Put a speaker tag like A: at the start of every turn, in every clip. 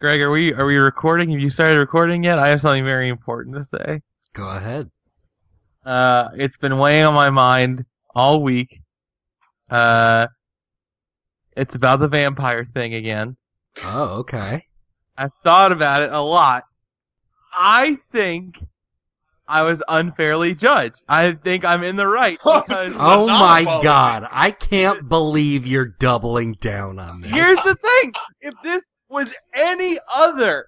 A: Greg, are we are we recording? Have you started recording yet? I have something very important to say.
B: Go ahead.
A: Uh, it's been weighing on my mind all week. Uh, it's about the vampire thing again.
B: Oh, okay.
A: I've thought about it a lot. I think I was unfairly judged. I think I'm in the right
C: Oh,
A: because
C: It's
B: Oh
C: a
B: my
C: non-apology.
B: god, I can't believe you're doubling down on this.
A: here's the thing: if this was any other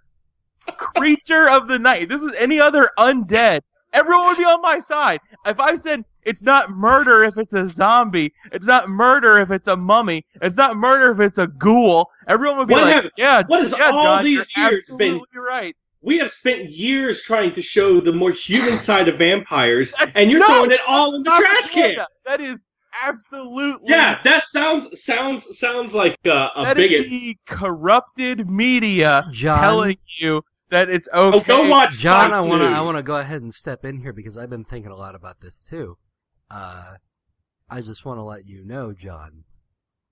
A: creature of the night, if this was any other undead, everyone would be on my side. If I said it's not murder if it's a zombie, it's not murder if it's a mummy, it's not murder if it's a ghoul, everyone would be
D: What
A: like,
D: have-
A: "Yeah,
D: what has
A: yeah,
D: all
A: John,
D: these
A: you're
D: years been-
A: absolutely right."
D: We have spent years trying to show the more human side of vampires,
A: That's-
D: and you're
A: no,
D: throwing it all in the trash can.
A: Propaganda. That is absolutely
D: Yeah, that sounds sounds sounds like a, a
A: that is
D: bigot.
A: the corrupted media
B: John,
A: telling you that it's
D: Oh,
A: okay.
D: go watch
B: John,
D: Fox
B: I want to
D: News.
B: I want to go ahead and step in here because I've been thinking a lot about this too. Uh, I just want to let you know, John,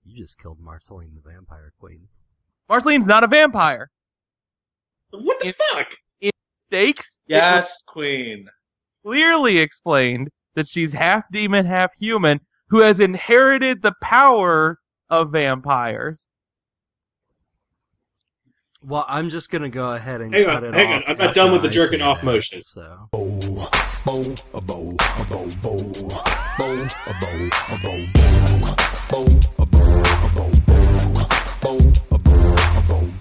B: you just killed Marceline the Vampire Queen.
A: Marceline's not a vampire.
D: What the
A: It-
D: fuck?
A: Stakes. it was
C: Yes, Queen.
A: clearly explained that she's half demon, half human, who has inherited the power of vampires.
B: Well, I'm just gonna go ahead and
D: Hang
B: cut
D: on,
B: it
D: hang
B: off.
D: on, I'm not
B: after
D: done with the
B: I
D: jerking
B: say
D: off
B: that,
D: motion.
B: So
E: bow, a bow, a bow, bow, bow, a bow, a bow, bow, bow, a bow, a bow, bow, bow, a bow, a bow.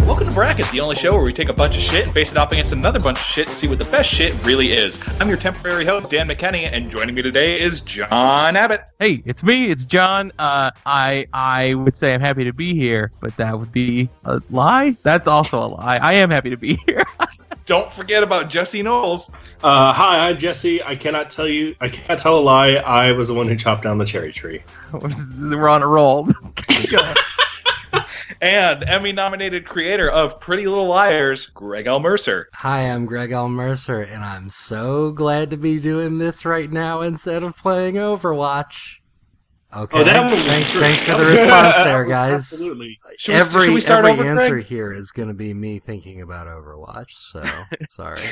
C: Welcome to Bracket, the only show where we take a bunch of shit and face it off against another bunch of shit to see what the best shit really is. I'm your temporary host, Dan McKenney, and joining me today is John Abbott.
A: Hey, it's me, it's John. Uh, I I would say I'm happy to be here, but that would be a lie. That's also a lie. I am happy to be here.
C: Don't forget about Jesse Knowles.
D: Uh, hi, I'm Jesse. I cannot tell you. I cannot tell a lie. I was the one who chopped down the cherry tree.
A: We're on a roll.
C: And Emmy nominated creator of Pretty Little Liars, Greg L. Mercer.
B: hi, I'm Greg L. Mercer, and I'm so glad to be doing this right now instead of playing Overwatch. Okay.
D: Oh, that one was
B: thanks,
D: true.
B: thanks for the response there, guys.
D: Absolutely.
C: Should we-
B: every
C: should we start
B: every
C: over, Greg?
B: answer here is going to be me thinking about Overwatch. So sorry.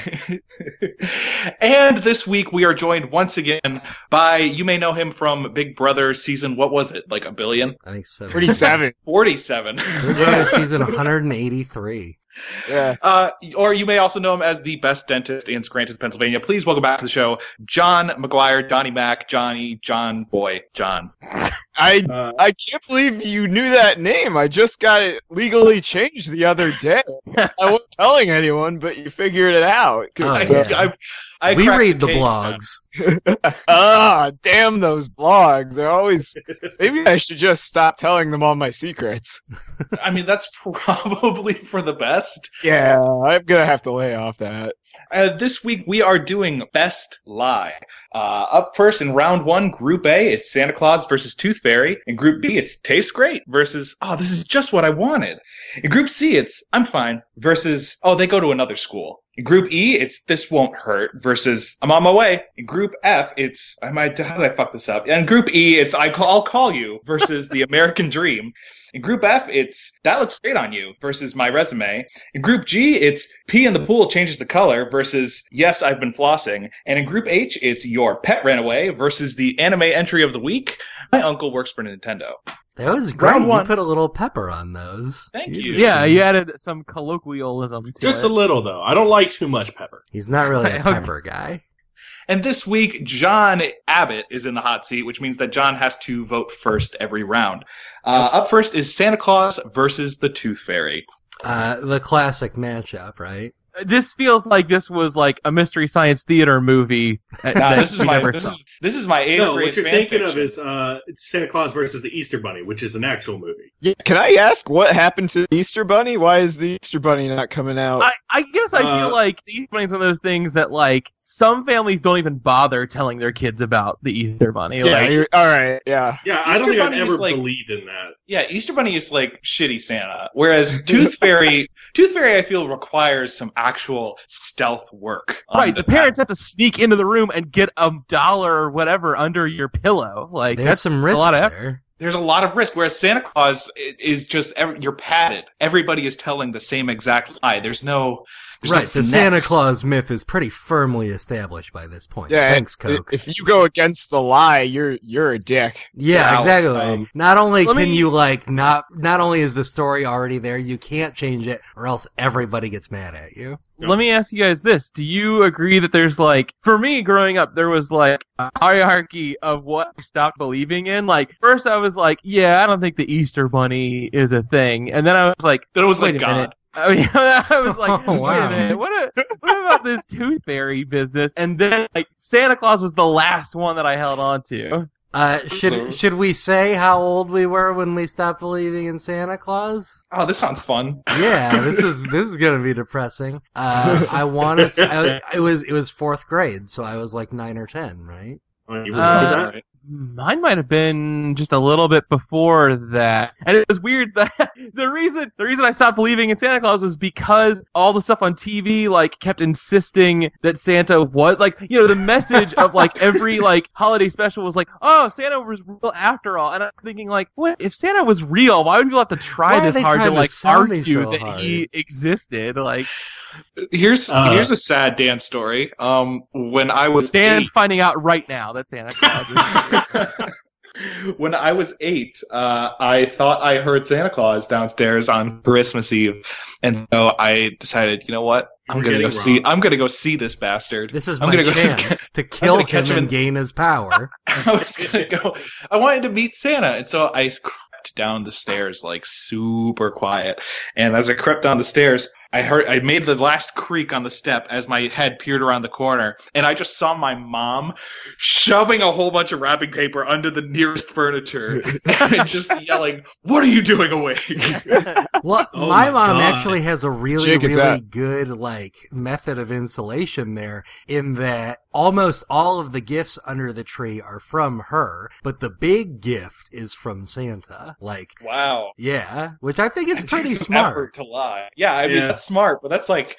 C: and this week we are joined once again by you may know him from Big Brother season what was it like a billion
B: I think seven.
F: Pretty savage.
C: forty seven,
B: Big Brother season 183.
F: Yeah.
C: uh, or you may also know him as the best dentist in Scranton, Pennsylvania. Please welcome back to the show, John McGuire, Johnny Mac, Johnny, John Boy, John.
F: I
D: Uh,
F: I can't believe you knew that name. I just got it legally changed the other day. I wasn't telling anyone, but you figured it out.
B: Oh,
C: I-
B: yeah.
C: I- I
B: we
C: cracked
B: read the
C: case, man.
B: blogs.
F: Ah, damn those blogs. They're always. Maybe I should just stop telling them all my secrets.
C: I mean, that's probably for the best.
F: Yeah, Uh, I'm gonna have to lay off that.
C: Uh, this week we are doing Best Lie. Uh, up first in round one, Group A, it's Santa Claus versus Tooth Fairy. In Group B, it's Tastes Great versus Oh, this is just what I wanted. In Group C, it's I'm fine versus Oh, they go to another school. In Group E, it's This Won't Hurt versus I'm on my way. In Group F, it's I might how did I fuck this up? And Group E, it's I call I'll call you versus The American Dream. In Group F, it's That Looks Great on You versus My Resume. In Group G, it's pee in the pool changes the color versus yes, I've been flossing. And in Group H, it's your pet ran away versus the anime entry of the week. My uncle works for Nintendo.
B: That was great.
C: Round
B: You
C: one.
B: put a little pepper on those.
C: Thank
B: He's-
C: you.
A: yeah, you added some colloquialism to
D: just
A: it.
D: a little though. I don't like too much pepper.
B: He's not really a
A: Okay.
B: pepper guy.
C: And this week, John Abbott is in the hot seat, which means that John has to vote first every round. Uh, up first is Santa Claus versus the Tooth Fairy.
B: Uh, the classic matchup, right?
A: this feels like this was like a mystery science theater movie.
C: Now,
A: that
C: this is
A: we
C: my
A: never
C: this
A: saw.
C: is, this is my eighth
D: No,
C: grade
D: what you're
C: fan
D: thinking of
C: fiction.
D: is uh, Santa Claus versus the Easter Bunny, which is an actual movie.
F: Yeah, can I ask what happened to the Easter Bunny? Why is the Easter Bunny not coming out?
A: I, I guess I
D: Uh,
A: feel like the Easter Bunny is one of those things that like some families don't even bother telling their kids about the Easter Bunny.
F: yeah,
A: like,
F: you're- all right. Yeah,
D: Yeah, I don't
C: Easter
D: think I've
C: Bunny
D: ever
C: is like-
D: believed in that.
C: Yeah, Easter Bunny is like shitty Santa, whereas Tooth Fairy, Tooth Fairy, I feel requires some actual stealth work. on
A: right, the parents have to sneak into the room and get a dollar or whatever under your pillow. Like
B: There's
A: that's
B: some risk
A: a lot of effort.
B: there.
C: there's a lot of risk. Whereas Santa Claus i- is just ev- you're padded. Everybody is telling the same exact lie. There's no there's no
B: right, the Santa
C: finesse.
B: Claus myth is pretty firmly established by this point.
F: Yeah,
B: Thanks,
F: i-
B: Coke.
F: if you go against the lie, you're you're a dick.
B: yeah,
C: Wow.
B: exactly.
D: Um,
B: not only
A: let
B: can
A: me-
B: you like not not only is the story already there, you can't change it or else everybody gets mad at you.
A: Let me ask you guys this. Do you agree that there's like, for me growing up, there was like a hierarchy of what I stopped believing in? Like, first I was like, yeah, I don't think the Easter Bunny is a thing. And then I was like,
C: Then it was
A: Wait
C: like
A: a minute.
C: God.
A: I, mean, I was like,
B: Oh, wow.
A: wait a minute, what, a, what about this tooth fairy business? And then like Santa Claus was the last one that I held on to.
B: Uh,
C: So-
B: should should we say how old we were when we stopped believing in Santa Claus?
C: Oh, this sounds fun.
B: Yeah, this is this is gonna be depressing. Uh, I want to. It was it was fourth grade, so I was like nine or ten, right?
D: You were
A: Uh,
D: that?
A: Mine might have been just a little bit before that, and it was weird that the reason the reason I stopped believing in Santa Claus was because all the stuff on TV like kept insisting that Santa was like you know the message of like every like holiday special was like oh Santa was real after all, and I'm thinking like what if Santa was real? Why would people have to try
B: Why are
A: this
B: they
A: hard to
B: trying to
A: like
B: sell me
A: argue
B: so
A: that he existed? Like
C: Here's
D: Uh,
A: Uh-huh.
C: here's a sad dance story. Um, when I was
A: Stan's finding out right now that Santa Claus. Is
C: when I was eight, uh, I thought I heard Santa Claus downstairs on Christmas Eve, and so I decided, you know what, I'm
D: You're
C: gonna go
D: getting
C: see.
D: robbed.
C: I'm gonna go see this bastard.
B: This is
C: I'm
B: my
C: gonna go-
B: chance to
C: I'm
B: kill
C: gonna catch
B: him
C: him
B: and
C: in-
B: gain his power.
C: I was gonna go. I wanted to meet Santa, and so I crept down the stairs like super quiet. And as I crept down the stairs, I heard I made the last creak on the step as my head peered around the corner, and I just saw my mom shoving a whole bunch of wrapping paper under the nearest furniture and just yelling, "What are you doing awake?"
B: Well,
D: Oh
B: my,
D: my
B: mom
D: God.
B: actually has a really,
F: Jig is
B: really
F: that.
B: good like method of insulation there, in that almost all of the gifts under the tree are from her, but the big gift is from Santa. Like,
C: Wow,
B: yeah, which I think is
C: It
B: pretty
C: takes some
B: smart.
C: effort to lie. Yeah, I mean
D: Yeah.
C: that's smart, but that's like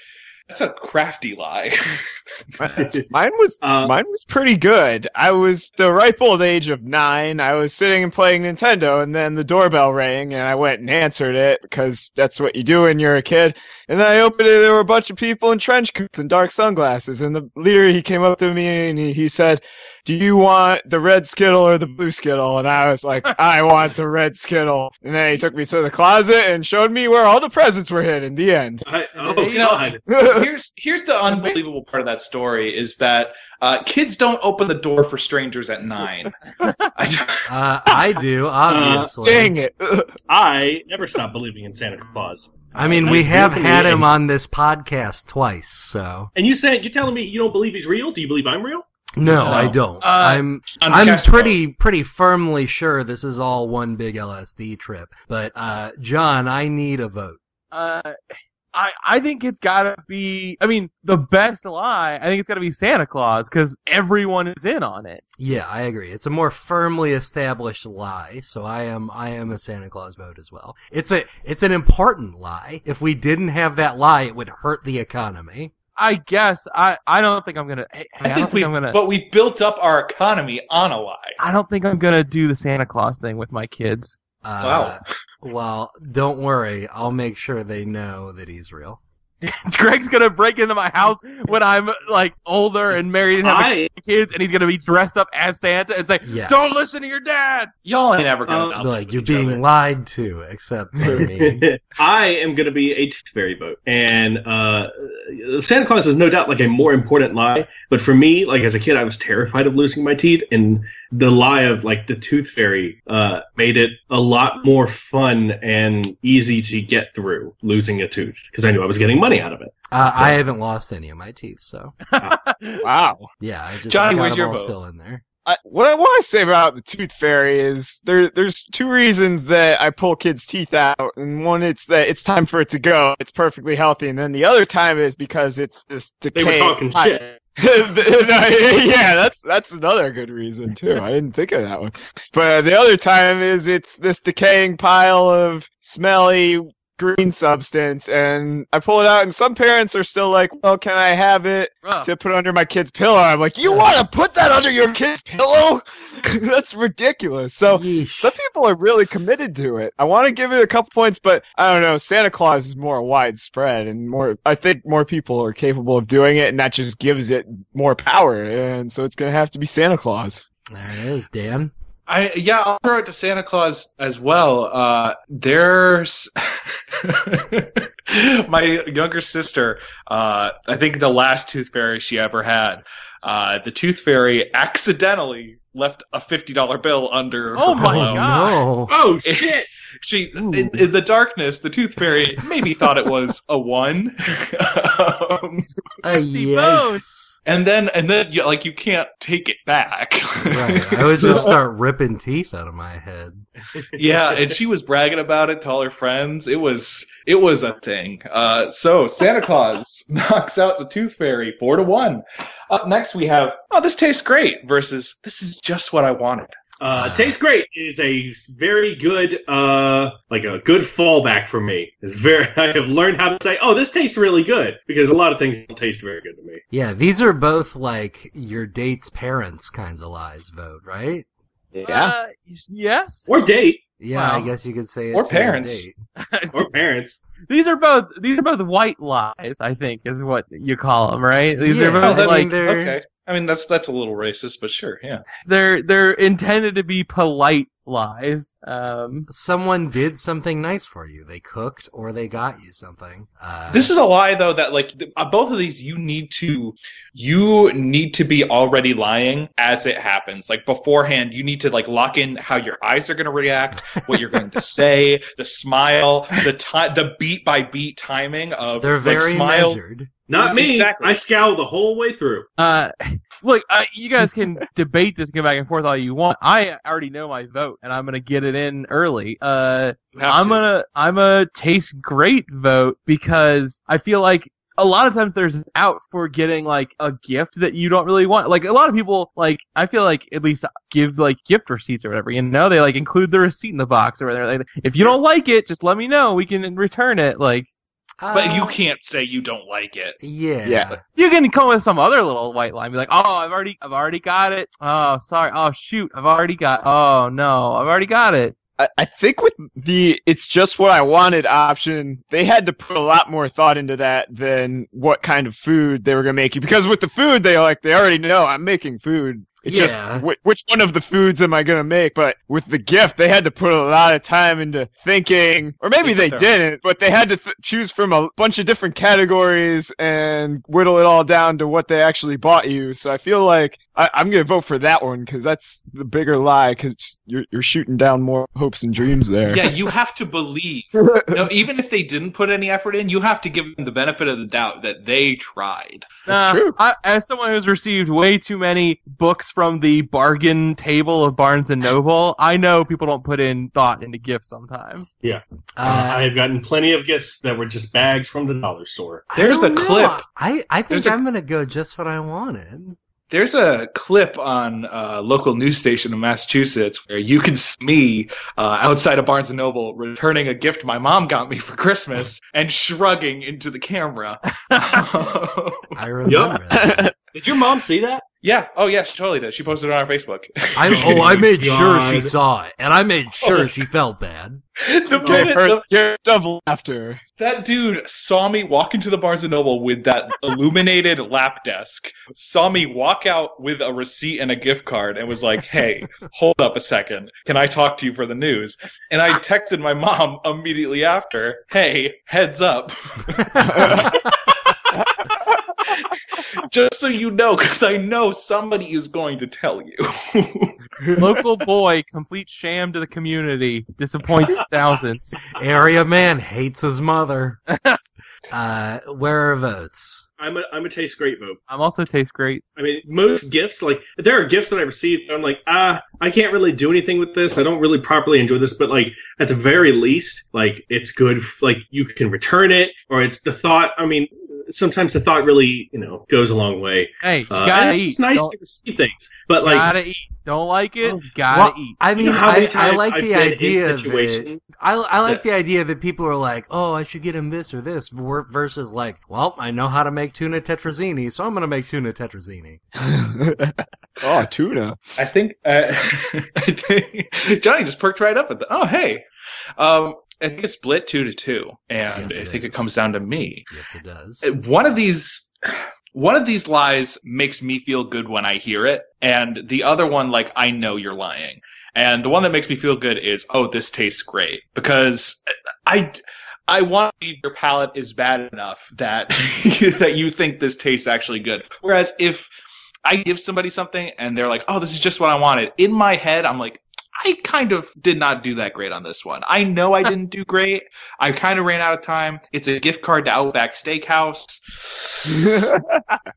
C: that's a crafty lie. Um,
F: Mine was
D: Uh,
F: mine was pretty good. I was the ripe old age of nine. I was sitting and playing Nintendo, and then the doorbell rang, and I went and answered it because that's what you do when you're a kid. And then I opened it. There were a bunch of people in trench coats and dark sunglasses. And the leader he came up to me and he, he said, "Do you want the red skittle or the blue skittle?" And I was like, "I want the red skittle." And then he took me to the closet and showed me where all the presents were hidden. The end.
D: I, oh,
C: You know-
D: God.
C: here's here's the unbelievable part of that story is that uh, kids don't open the door for strangers at nine. I,
B: Uh, I do, obviously.
F: Dang it.
D: I never stopped believing in Santa Claus.
B: I mean,
D: I
B: we
D: just
B: have
D: looked at
B: had
D: me
B: him
D: and-
B: on this podcast twice, so
D: And you said you're telling me you don't believe he's real? Do you believe I'm real?
B: no,
C: No.
B: I don't.
A: Uh,
B: I'm
C: I'm
B: I'm
C: Castro.
B: pretty pretty firmly sure this is all one big LSD trip. But uh, John, I need a vote.
A: uh, I I think it's gotta be. I mean, the best lie. I think it's gotta be Santa Claus because everyone is in on it.
B: Yeah, I agree. It's a more firmly established lie, so I am I am a Santa Claus vote as well. It's a it's an important lie. If we didn't have that lie, it would hurt the economy.
A: I guess. I I don't think I'm gonna. I,
C: I
A: don't
C: think we,
A: I'm gonna.
C: but we built up our economy on a lie.
A: I don't think I'm gonna do the Santa Claus thing with my kids.
B: Uh, wow. Well, don't worry. I'll make sure they know that he's real.
A: Greg's gonna break into my house when I'm like older and married and having
D: I
A: kids, and he's gonna be dressed up as Santa and say,
B: Yes.
A: "Don't listen to your dad."
C: Y'all ain't ever
D: Uh,
C: gonna
B: Be
C: know.
B: like you're being lied to, except for me. Uh,
D: I am going to be a tooth fairy boat, and uh, Santa Claus is no doubt like a more important lie. But for me, like as a kid, I was terrified of losing my teeth, and the lie of like the tooth fairy uh, made it a lot more fun and easy to get through losing a tooth because I knew I was getting money out of it.
B: Uh,
D: So-
B: I haven't lost any of my teeth, so
F: Wow.
B: yeah, I just I
C: Johnny,
B: got
C: where's
B: them
C: your
B: all
C: vote?
B: still in there.
F: I, what I want to say about the tooth fairy is there. There's two reasons that I pull kids' teeth out, and one it's that it's time for it to go. It's perfectly healthy, and then the other time is because it's this decay.
D: They were talking shit.
F: yeah, that's that's another good reason too. I didn't think of that one. But the other time is it's this decaying pile of smelly green substance, and I pull it out, and some parents are still like, "Well, can I have it
A: Bruh. Uh,
F: to put under my kid's pillow?" I'm like, "You want to put that under your kid's pillow? That's ridiculous." So
B: Yeesh.
F: some people are really committed to it. I want to give it a couple points, but I don't know. Santa Claus is more widespread, and more. I think more people are capable of doing it, and that just gives it more power. And so it's gonna have to be Santa Claus.
B: There it is, Dan.
C: I yeah, I'll throw it to Santa Claus as well. Uh, there's my younger sister. Uh, I think the last tooth fairy she ever had. Uh, the tooth fairy accidentally left a fifty dollar bill under.
A: Oh
C: her
A: my
C: pillow.
A: God.
B: no.
D: Oh shit!
C: She in, in the darkness, the tooth fairy maybe thought it was a one. um,
B: Uh, yikes.
C: and then and then you, like you can't take it back.
B: Right. I would
C: So-
B: just start ripping teeth out of my head.
C: yeah, and she was bragging about it to all her friends. It was it was a thing. Uh, so Santa Claus knocks out the Tooth Fairy four to one. Up next we have oh this tastes great versus this is just what I wanted.
D: Uh, Tastes great is a very good, uh, like a good fallback for me. It's very. I have learned how to say, "Oh, this tastes really good," because a lot of things don't taste very good to me.
B: Yeah, these are both like your date's parents kinds of lies vote, right?
A: Uh, yes.
D: Or date,
B: Yeah, I
A: Wow.
B: guess you could say it.
C: Or
B: to your
C: parents.
B: date.
D: or parents.
A: These are both these are both white lies. I think is what you call them, right? These
B: Yeah.
A: are
B: Oh,
A: both
B: that's-
A: like
B: they're-
C: okay. I mean that's that's a little racist, but sure, yeah.
A: they're they're intended to be polite lies. Um,
B: Someone did something nice for you. They cooked or they got you something. Uh,
C: This is a lie though that like th- uh, both of these you need to you need to be already lying as it happens. Like beforehand you need to like lock in how your eyes are going to react, what you're going to say, the smile, the time the beat by beat timing of
B: they're
C: like,
B: very
C: smile.
B: measured.
D: Not me.
C: Exactly.
D: I scowl the whole way through.
A: uh, look, uh, you guys can debate this, go back and forth all you want. I already know my vote, and I'm gonna get it in early. Uh,
C: You have
A: I'm
C: to.
A: gonna I'm a taste great vote because I feel like a lot of times there's out for getting like a gift that you don't really want. Like a lot of people like I feel like at least give like gift receipts or whatever. You know they like include the receipt in the box or whatever. Like, if you don't like it, just let me know. We can return it. Like
C: but you
B: Uh,
C: can't say you don't like it.
B: Yeah.
F: Yeah.
A: you can come with some other little white line. Be like, oh, I've already I've already got it. Oh, sorry. Oh, shoot. I've already got. Oh no, I've already got it.
F: I, I think with the it's just what I wanted option, they had to put a lot more thought into that than what kind of food they were gonna make you. Because with the food, they like they already know I'm making food. It's just
B: Yeah.
F: whi- which one of the foods am I gonna make? But with the gift, they had to put a lot of time into thinking, or maybe they
C: Sure.
F: didn't. But they had to th- choose from a bunch of different categories and whittle it all down to what they actually bought you. So I feel like I, I'm gonna vote for that one because that's the bigger lie. Because you're you're shooting down more hopes and dreams there.
C: Yeah, you have to believe. no, even if they didn't put any effort in, you have to give them the benefit of the doubt that they tried.
A: Nah,
F: That's true.
A: I, as someone who's received way too many books from the bargain table of Barnes and Noble, I know people don't put in thought into gifts sometimes.
D: I
B: Uh,
D: have gotten plenty of gifts that were just bags from the dollar store.
B: I
C: There's
B: don't
C: a
B: know.
C: clip.
B: I, I think
C: There's a-
B: I'm gonna go just what I wanted.
C: There's a clip on a local news station in Massachusetts where you can see me uh, outside of Barnes & Noble returning a gift my mom got me for Christmas and shrugging into the camera.
B: I remember. that.
D: Did your mom see that?
C: yeah. Oh, yeah, she totally did. She posted it on our Facebook.
B: I, oh, I made sure she
D: God.
B: saw it, and I made
C: Oh.
B: sure she felt bad.
C: the
F: Okay,
C: moment, the,
F: first, you're double after.
C: That dude saw me walk into the Barnes and Noble with that illuminated lap desk, saw me walk out with a receipt and a gift card, and was like, "Hey, hold up a second, can I talk to you for the news?" And I texted my mom immediately after, "Hey, heads up, just so you know, because I know somebody is going to tell you."
A: Local boy, complete sham to the community, disappoints thousands.
B: Area man hates his mother. Uh, where are votes?
D: I'm a I'm a taste great vote.
A: I'm also taste great.
D: I mean, most gifts like there are gifts that I received. I'm like, ah, I can't really do anything with this. I don't really properly enjoy this. But like at the very least, like it's good. f- Like you can return it, or it's the thought. I mean, sometimes the thought really, you know, goes a long way.
A: Hey, you
D: Uh, and
A: gotta
D: it's
A: eat.
D: just nice
A: Don't-
D: to receive things, but like Oh,
A: gotta eat. Don't like it. Gotta
B: Well,
A: eat.
B: I
D: you
B: mean,
D: know how many
B: I, I
D: times
B: like
D: I've
B: the
D: been in
B: idea that
D: situations-
B: I, I like
D: that-
B: the idea that people are like, oh, I should get him this or this, ver- versus like, well, I know how to make tuna tetrazzini, so I'm going to make tuna tetrazzini.
F: oh, tuna.
C: I think uh, I think Johnny just perked right up at the. Oh, hey. Um, I think it's split two to two, and
B: Yes,
C: I
B: it
C: think
B: is.
C: it comes down to me.
B: Yes, it does.
C: Uh, One of these, one of these lies makes me feel good when I hear it, and the other one, like I know you're lying. And the one that makes me feel good is, oh, this tastes great because I. I want to believe your palate is bad enough that that you think this tastes actually good. Whereas if I give somebody something and they're like, "Oh, this is just what I wanted," in my head, I'm like, "I kind of did not do that great on this one. I know I didn't do great. I kind of ran out of time. It's a gift card to Outback Steakhouse.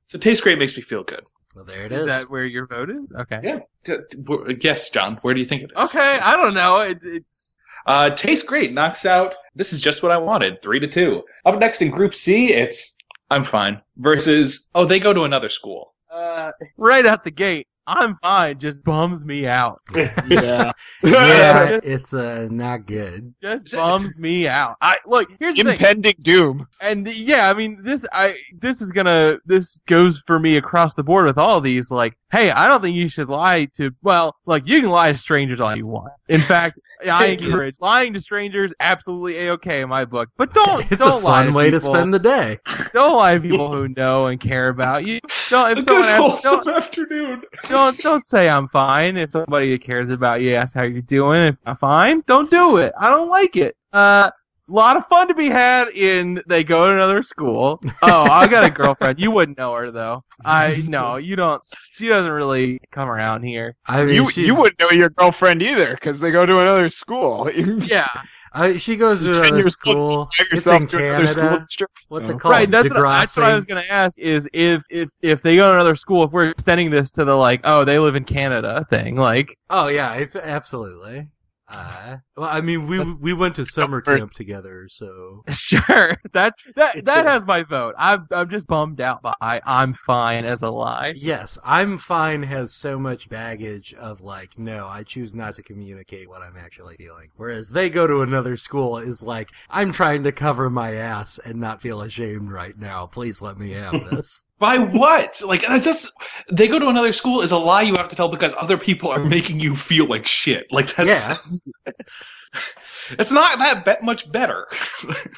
C: So taste great makes me feel good."
B: Well, there it
A: Is
B: is.
A: that where your vote is? Okay.
C: D- d- wh- Yes, John. Where do you think it is?
A: Okay, I don't know. It, it's
C: Uh, Taste Great knocks out This Is Just What I Wanted, 3 to 2. Up next in Group C, it's I'm Fine versus Oh, they go to another school.
A: uh, right out the gate. I'm fine. Just bums me out.
F: Yeah.
B: yeah, it's uh, not good.
A: Just
C: Is it-
A: bums me out. I look. Here's the thing.
F: Impending doom.
A: and yeah, I mean this I this is gonna this goes for me across the board with all these. Like, hey, I don't think you should lie to well, like you can lie to strangers all you want. In fact, I
C: Thank you.
A: encourage lying to strangers absolutely a okay in my book. But don't
B: It's
A: don't
B: a
A: lie
B: fun
A: to
B: way to
A: people.
B: spend the day.
A: don't lie to people who know and care about you. Don't
C: a
A: if
C: good
A: someone asks,
C: wholesome
A: don't,
C: afternoon.
A: don't don't say I'm fine. If somebody that cares about you asks how you're doing, if I'm fine, don't do it. I don't like it. Uh, lot of fun to be had in they go to another school. Oh, I got a girlfriend. You wouldn't know her though. I no, you don't. She doesn't really come around here.
B: I mean,
F: You
B: she's-
F: you wouldn't know your girlfriend either because they go to another school.
A: Yeah,
B: I- she goes to
F: Ten
B: another
F: years old,
B: school.
F: Drive
B: It's
F: yourself
B: in
F: to another school
B: Canada.
F: district.
B: What's
F: Oh.
B: it called?
A: right. That's what, I- that's what I
B: Degrassi?
A: was gonna ask. Is if if if they go to another school, if we're extending this to the like, oh, they live in Canada thing, like.
B: Oh yeah, I- absolutely. Uh, well, I mean, we
F: That's-
B: we went to summer
F: first.
B: camp together, so
A: Sure, that's that. That has my vote. I'm I'm just bummed out by I'm fine as a lie.
B: yes, I'm fine. Has so much baggage of like, no, I choose not to communicate what I'm actually feeling. Whereas they go to another school is like, I'm trying to cover my ass and not feel ashamed right now. Please let me have this.
C: By what? Like that- that's they go to another school is a lie you have to tell because other people are making you feel like shit. Like that's it's not that be- much better.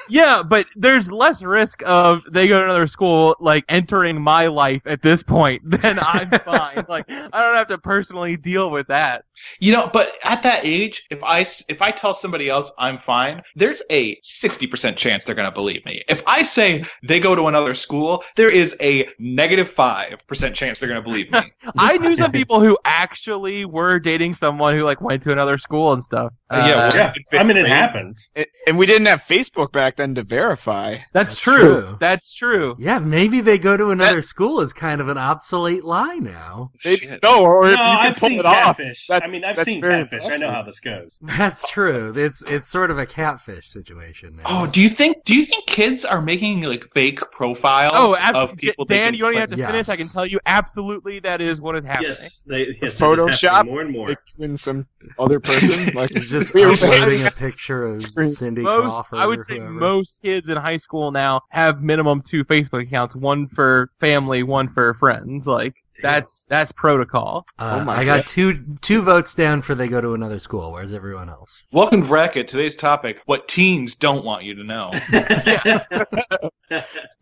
A: Yeah, but there's less risk of they go to another school like entering my life at this point than I'm fine. Like I don't have to personally deal with that.
C: You know, but at that age, if I s- if I tell somebody else I'm fine, there's a 60% chance they're going to believe me. If I say they go to another school, there is a negative 5% chance they're going to believe me.
A: I knew some people who actually were dating someone who like went to another school and stuff.
C: yeah,
A: Uh,
C: well,
D: yeah,
C: fifth
D: I mean, it
C: grade.
D: happens.
F: And- And we didn't have Facebook back then to verify.
A: that's,
B: That's
A: true.
B: true.
A: That's true.
B: yeah, maybe they go to another school is kind of an obsolete lie now.
F: Maybe
C: Shit.
F: no, or
D: no,
F: if you can
D: I've
F: pull
D: seen
F: it off.
D: catfish. I
F: That's-
D: mean, I've
F: that's
D: seen
F: very
D: catfish. I know
F: impressive.
D: how this goes.
B: That's true. It's it's sort of a catfish situation now.
C: Oh, do you think do you think kids are making like fake profiles
A: Oh, ab-
C: of people? they
A: Dan,
C: can-
A: you don't even have
B: like,
A: to finish. I
B: yes.
A: can tell you absolutely that is what is happening.
D: Yes, they yes, it's
F: Photoshop?
D: happening more and more.
F: Like, when some other person, like
B: It's just
F: we were
B: uploading a picture of
F: Screen.
B: Cindy
A: most
B: Crawford.
A: I
B: or
A: would say
B: whoever.
A: most kids in high school now have minimum two Facebook accounts, one for family, one for friends. Like that's that's protocol.
B: Uh,
F: Oh my
B: I got two two votes down for they go to another school. Where's everyone else?
C: Welcome to Bracket. Today's topic: What teens don't want you to know.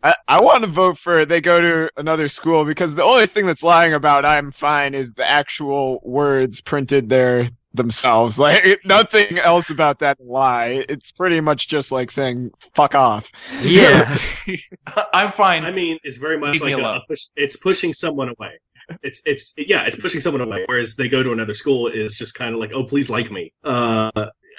F: I, I want to vote for they go to another school because the only thing that's lying about I'm fine is the actual words printed there themselves. Like nothing else about that lie. It's pretty much just like saying fuck off.
B: Yeah,
C: I'm fine.
D: I mean, it's very much
C: Leave me
D: like a,
C: alone.
D: a push, it's pushing someone away. It's it's yeah, it's pushing someone away. Whereas they go to another school is just kind of like, oh, please like me. Uh,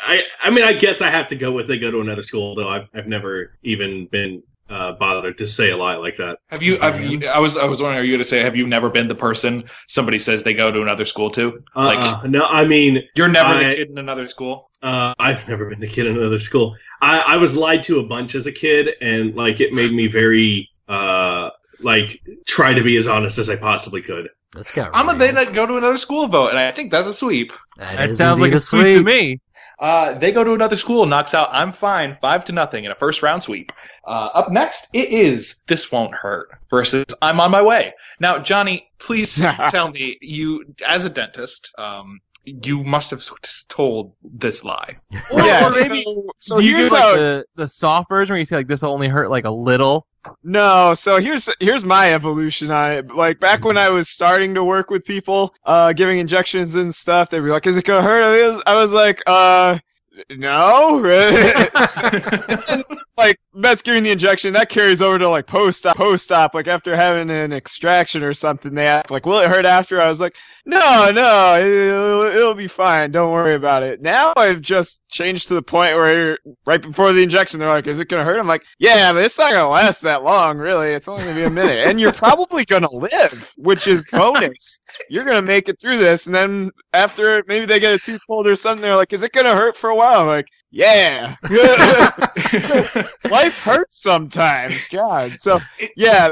D: I I mean, I guess I have to go with they go to another school, though. I've I've never even been uh, bothered to say a lie like that.
C: have you? Have you I was. I was wondering. Are you going to say? Have you never been the person somebody says they go to another school to?
D: Uh,
C: Like-
D: uh, no, I mean,
C: You're never
D: I-
C: the kid in another school.
D: Uh, I've never been the kid in another school. I, I was lied to a bunch as a kid, and like it made me very uh, like try to be as honest as I possibly could.
B: That's got.
C: I'm
B: real.
C: gonna they not uh, go to another school vote, and I think that's a sweep.
A: That
B: is
A: sounds
B: indeed
A: like a sweep to me.
C: Uh, they go to another school, knocks out I'm fine, five to nothing in a first round sweep. Uh, up next, it is This Won't Hurt versus I'm on my way. Now, Johnny, please tell me, you as a dentist, um, you must have s- told this lie.
A: Or,
F: Yeah,
A: or maybe
F: so, so
A: do you
F: here's
A: do like
F: how-
A: the, the soft version where you say like this will only hurt like a little?
F: No, so here's here's my evolution on it. Like back when I was starting to work with people, uh, giving injections and stuff, they'd be like, "Is it gonna hurt?" I was, I was like, "Uh, no." like that's giving the injection that carries over to like post op post op like after having an extraction or something they ask like will it hurt after i was like no no it'll, it'll be fine don't worry about it now i've just changed to the point where right before the injection they're like is it gonna hurt i'm like yeah but it's not gonna last that long really it's only gonna be a minute and you're probably gonna live which is bonus you're gonna make it through this and then after maybe they get a tooth pulled or something they're like is it gonna hurt for a while i'm like yeah life hurts sometimes god so yeah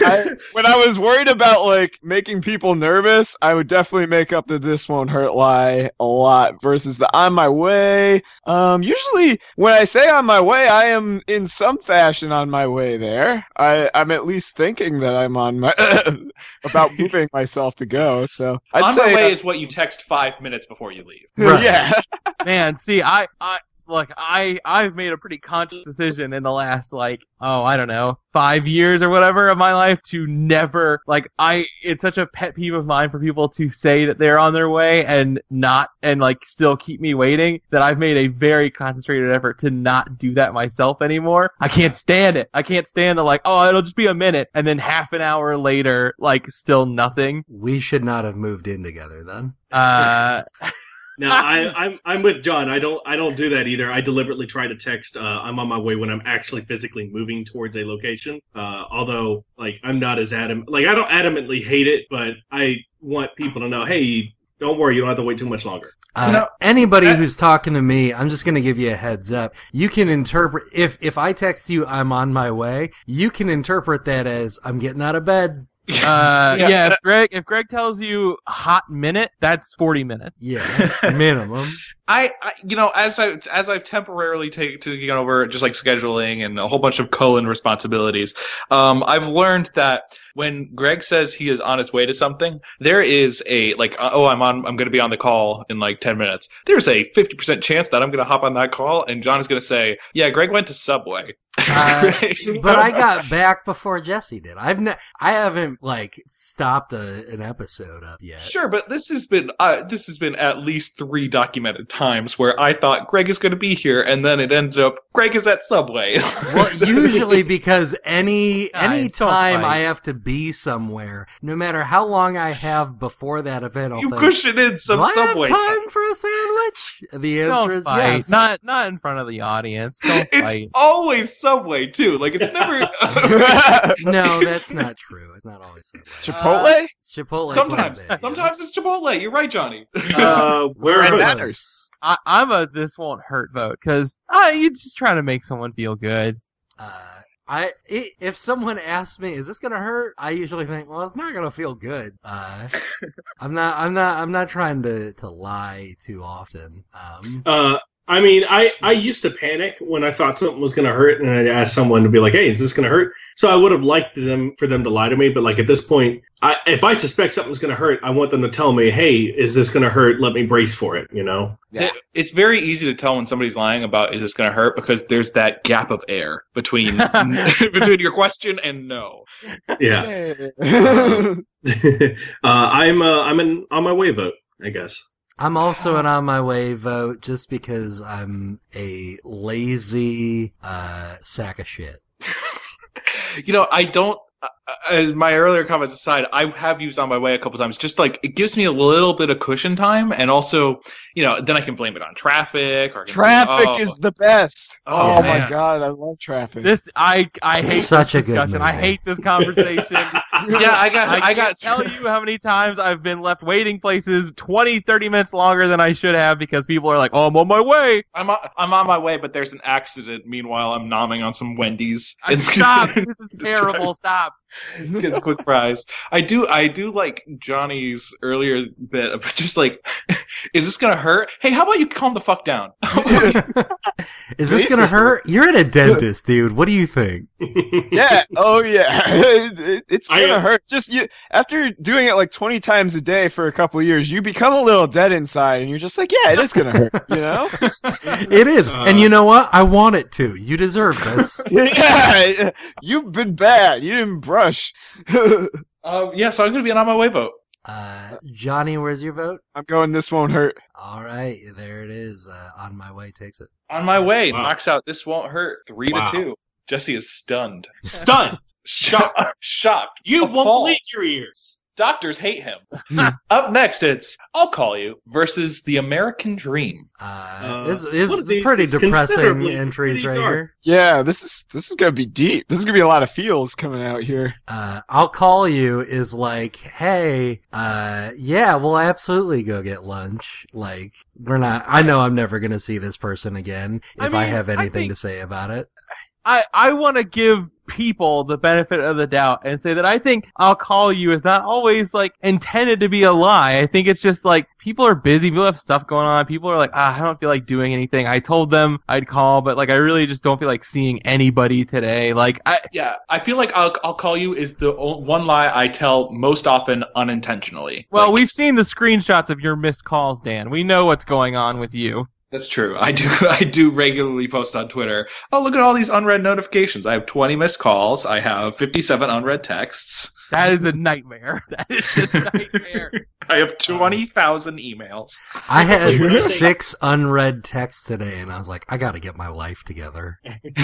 F: I, when i was worried about like making people nervous i would definitely make up the this won't hurt lie a lot versus the on my way um usually when i say on my way i am in some fashion on my way there i i'm at least thinking that i'm on my about moving myself to go so i'd
C: on
F: say
C: my way is what you text five minutes before you leave.
B: Right.
F: yeah
A: Man, see, I, I look, I, I've made a pretty conscious decision in the last like, oh, I don't know, five years or whatever of my life to never like, I. It's such a pet peeve of mine for people to say that they're on their way and not, and like still keep me waiting. That I've made a very concentrated effort to not do that myself anymore. I can't stand it. I can't stand the like, oh, it'll just be a minute, and then half an hour later, like still nothing.
B: We should not have moved in together then.
A: Uh.
D: Now I, I'm I'm with John. I don't I don't do that either. I deliberately try to text. Uh, I'm on my way when I'm actually physically moving towards a location. Uh, although like I'm not as adamant. Like I don't adamantly hate it, but I want people to know. Hey, don't worry. You don't have to wait too much longer.
B: Uh,
C: No.
B: anybody
C: Uh,
B: who's talking to me, I'm just going to give you a heads up. You can interpret if if I text you, I'm on my way. You can interpret that as I'm getting out of bed.
A: Uh,
C: Yeah.
A: yeah. if Greg, if Greg tells you hot minute, that's forty minutes.
B: Yeah, minimum.
C: I, I you know as I as I've temporarily take, taken over just like scheduling and a whole bunch of colon responsibilities, um, I've learned that when Greg says he is on his way to something, there is a like uh, oh I'm on I'm going to be on the call in like ten minutes. There's a fifty percent chance that I'm going to hop on that call and John is going to say yeah Greg went to Subway.
B: Uh, but I got back before Jesse did. I've ne- I haven't like stopped a, an episode up yet.
C: Sure, but this has been uh, this has been at least three documented times where I thought Greg is going to be here, and then it ended up Greg is at Subway.
B: Well, usually because any any
A: Guys, don't
B: time
A: fight.
B: I have to be somewhere, no matter how long I have before that event, I'll
C: you
B: think,
C: cushion in some
B: Do I have
C: Subway time.
B: time for a sandwich? The answer
A: Don't
B: is
A: fight.
B: yes.
A: Not not in front of the audience. Don't
C: It's
A: fight.
C: always Subway too. Like it's never
B: no, that's not true. It's not always Subway.
F: chipotle
B: It's Chipotle.
C: sometimes.
B: quite a bit.
C: Sometimes it's Chipotle. You're right, Johnny.
D: Uh, where
F: Red
D: are
F: Banner.
D: those?
A: I, I'm a this won't hurt vote because uh, you're just trying to make someone feel good.
B: Uh, I i if someone asks me, is this gonna hurt? I usually think, well, it's not gonna feel good. Uh, I'm not. I'm not. I'm not trying to to lie too often. Um,
D: Uh, I mean, I, I used to panic when I thought something was going to hurt, and I'd ask someone to be like, "Hey, is this going to hurt?" So I would have liked them for them to lie to me, but like at this point, I, if I suspect something's going to hurt, I want them to tell me, "Hey, is this going to hurt? Let me brace for it." You know?
F: Yeah.
C: It- It's very easy to tell when somebody's lying about is this going to hurt because there's that gap of air between between your question and no.
D: Yeah. uh, I'm uh, I'm an on my way vote, I guess.
B: I'm also an on my way vote just because I'm a lazy uh, sack of shit.
C: You know, I don't. Uh, uh, my earlier comments aside, I have used on my way a couple times. Just like it gives me a little bit of cushion time, and also, you know, then I can blame it on traffic. Or I can blame it-
F: Traffic
C: oh,
F: is the best.
C: Oh,
F: Oh,
C: man.
F: my god, I love traffic.
A: This I I hate
B: Such a
A: this
B: good
A: discussion. I
B: movie.
A: hate this conversation.
C: yeah. I got.
A: I,
C: I, got.
A: can't tell you how many times I've been left waiting places 20, 30 minutes longer than I should have because people are like, "Oh, I'm on my way."
C: I'm on, I'm on my way, but there's an accident. Meanwhile, I'm nomming on some Wendy's.
A: I, stop. this is terrible. Stop.
C: Just gets quick fries. I do. I do like Johnny's earlier bit of just like, is this gonna hurt? Hey, how about you calm the fuck down?
B: Is this gonna
F: Basically.
B: hurt? You're at a dentist, dude. What do you think?
F: yeah. Oh yeah. It- it- it's
D: I,
F: gonna
D: uh,
F: hurt. Just you after doing it like twenty times a day for a couple of years, you become a little dead inside, and you're just like, yeah, it is gonna hurt. You know?
B: It is, and you know what? I want it to. You deserve this.
F: yeah. You've been bad. You didn't brush. I'm
C: um, yeah, so I'm gonna be an on my way vote.
B: Uh, Johnny, where's your vote?
F: going. This won't hurt.
B: All right, there it is. Uh, on my way takes it.
C: On my way,
D: Wow.
C: knocks out. This won't hurt. Three
D: Wow.
C: to two. Jesse is stunned,
D: stunned.
C: shocked, shocked.
D: You won't
C: Appalled.
D: believe your ears.
C: Doctors hate him. Up next, it's I'll call you versus the American Dream.
B: Uh,
D: Uh,
B: this this
D: one of
B: is
D: these
B: pretty
D: is
B: depressing
D: considerably
B: entries
D: pretty
B: right
D: dark.
B: here.
F: Yeah. This is this is gonna be deep. This is gonna be a lot of feels coming out here.
B: Uh, I'll call you is like, hey, uh, yeah, we'll absolutely go get lunch. Like, we're not. I know I'm never gonna see this person again if
A: I
B: I,
A: mean,
B: have
A: I
B: anything
A: think-
B: to say about it.
A: I, I want to give people the benefit of the doubt and say that I think I'll call you is not always like intended to be a lie. I think it's just like people are busy, people have stuff going on. People are like, ah, I don't feel like doing anything. I told them I'd call, but like I really just don't feel like seeing anybody today. Like I
C: Yeah, I feel like I'll, I'll call you is the o- one lie I tell most often unintentionally.
A: well,
C: Like,
A: we've seen the screenshots of your missed calls, Dan. We know what's going on with you.
C: that's true. I do I do regularly post on Twitter. Oh, look at all these unread notifications. I have 20 missed calls. I have 57 unread texts.
A: That is a nightmare. That is a nightmare.
C: I have 20,000 emails.
B: I had
D: Really?
B: six unread texts today, and I was like, I gotta get my life together.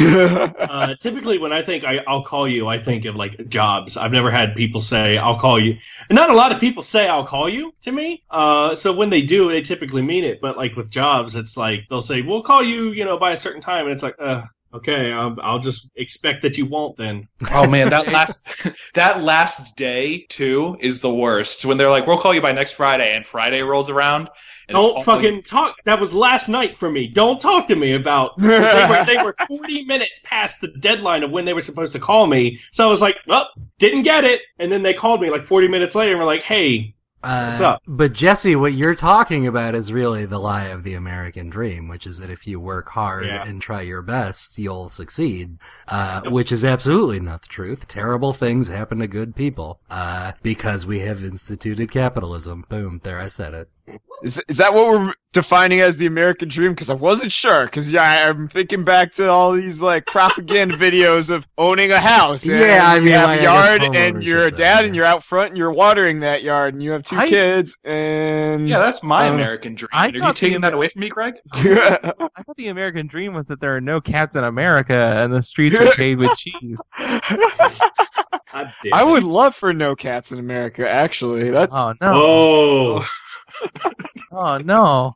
D: Uh, typically, when I think I, I'll call you, I think of like jobs. I've never had people say I'll call you. And not a lot of people say I'll call you to me. Uh, so when they do, they typically mean it. But like with jobs, it's like they'll say we'll call you, you know, by a certain time, and it's like, uh, okay, I'll, I'll just expect that you won't then.
C: Oh man, that last that last day too is the worst. When they're like, "We'll call you by next Friday," and Friday rolls around. And it's
D: Don't
C: all-
D: fucking talk. That was last night for me. Don't talk to me about. 'cause They were, they were 40 minutes past the deadline of when they were supposed to call me. So I was like, oh, didn't get it. And then they called me like 40 minutes later and were like, hey,
B: Uh,
D: What's up?
B: But Jesse, what you're talking about is really the lie of the American dream, which is that if you work hard
D: Yeah.
B: and try your best, you'll succeed. Uh, Which is absolutely not the truth. Terrible things happen to good people uh, because we have instituted capitalism. Boom! There, I said it.
F: Is, is that what we're defining as the American dream? Because I wasn't sure. Because yeah, I- I'm thinking back to all these like propaganda videos of owning a house. and
B: Yeah, I mean,
F: you have
B: like, I
F: a
B: guess
F: yard and
B: homeownership
F: you're a
B: thing,
F: dad
B: yeah.
F: and you're out front and you're watering that yard and you have two
A: I-
F: kids and
C: Yeah, that's my
F: Um,
C: American dream.
A: Uh, I
C: Are you
A: thought the
C: taking that
A: Amer-
C: away from me, Greg?
A: I thought the American dream was that there are no cats in America and the streets are paved with cheese.
D: I did.
F: I would love for no cats in America. Actually, that
A: Oh no!
D: Oh,
A: Oh no!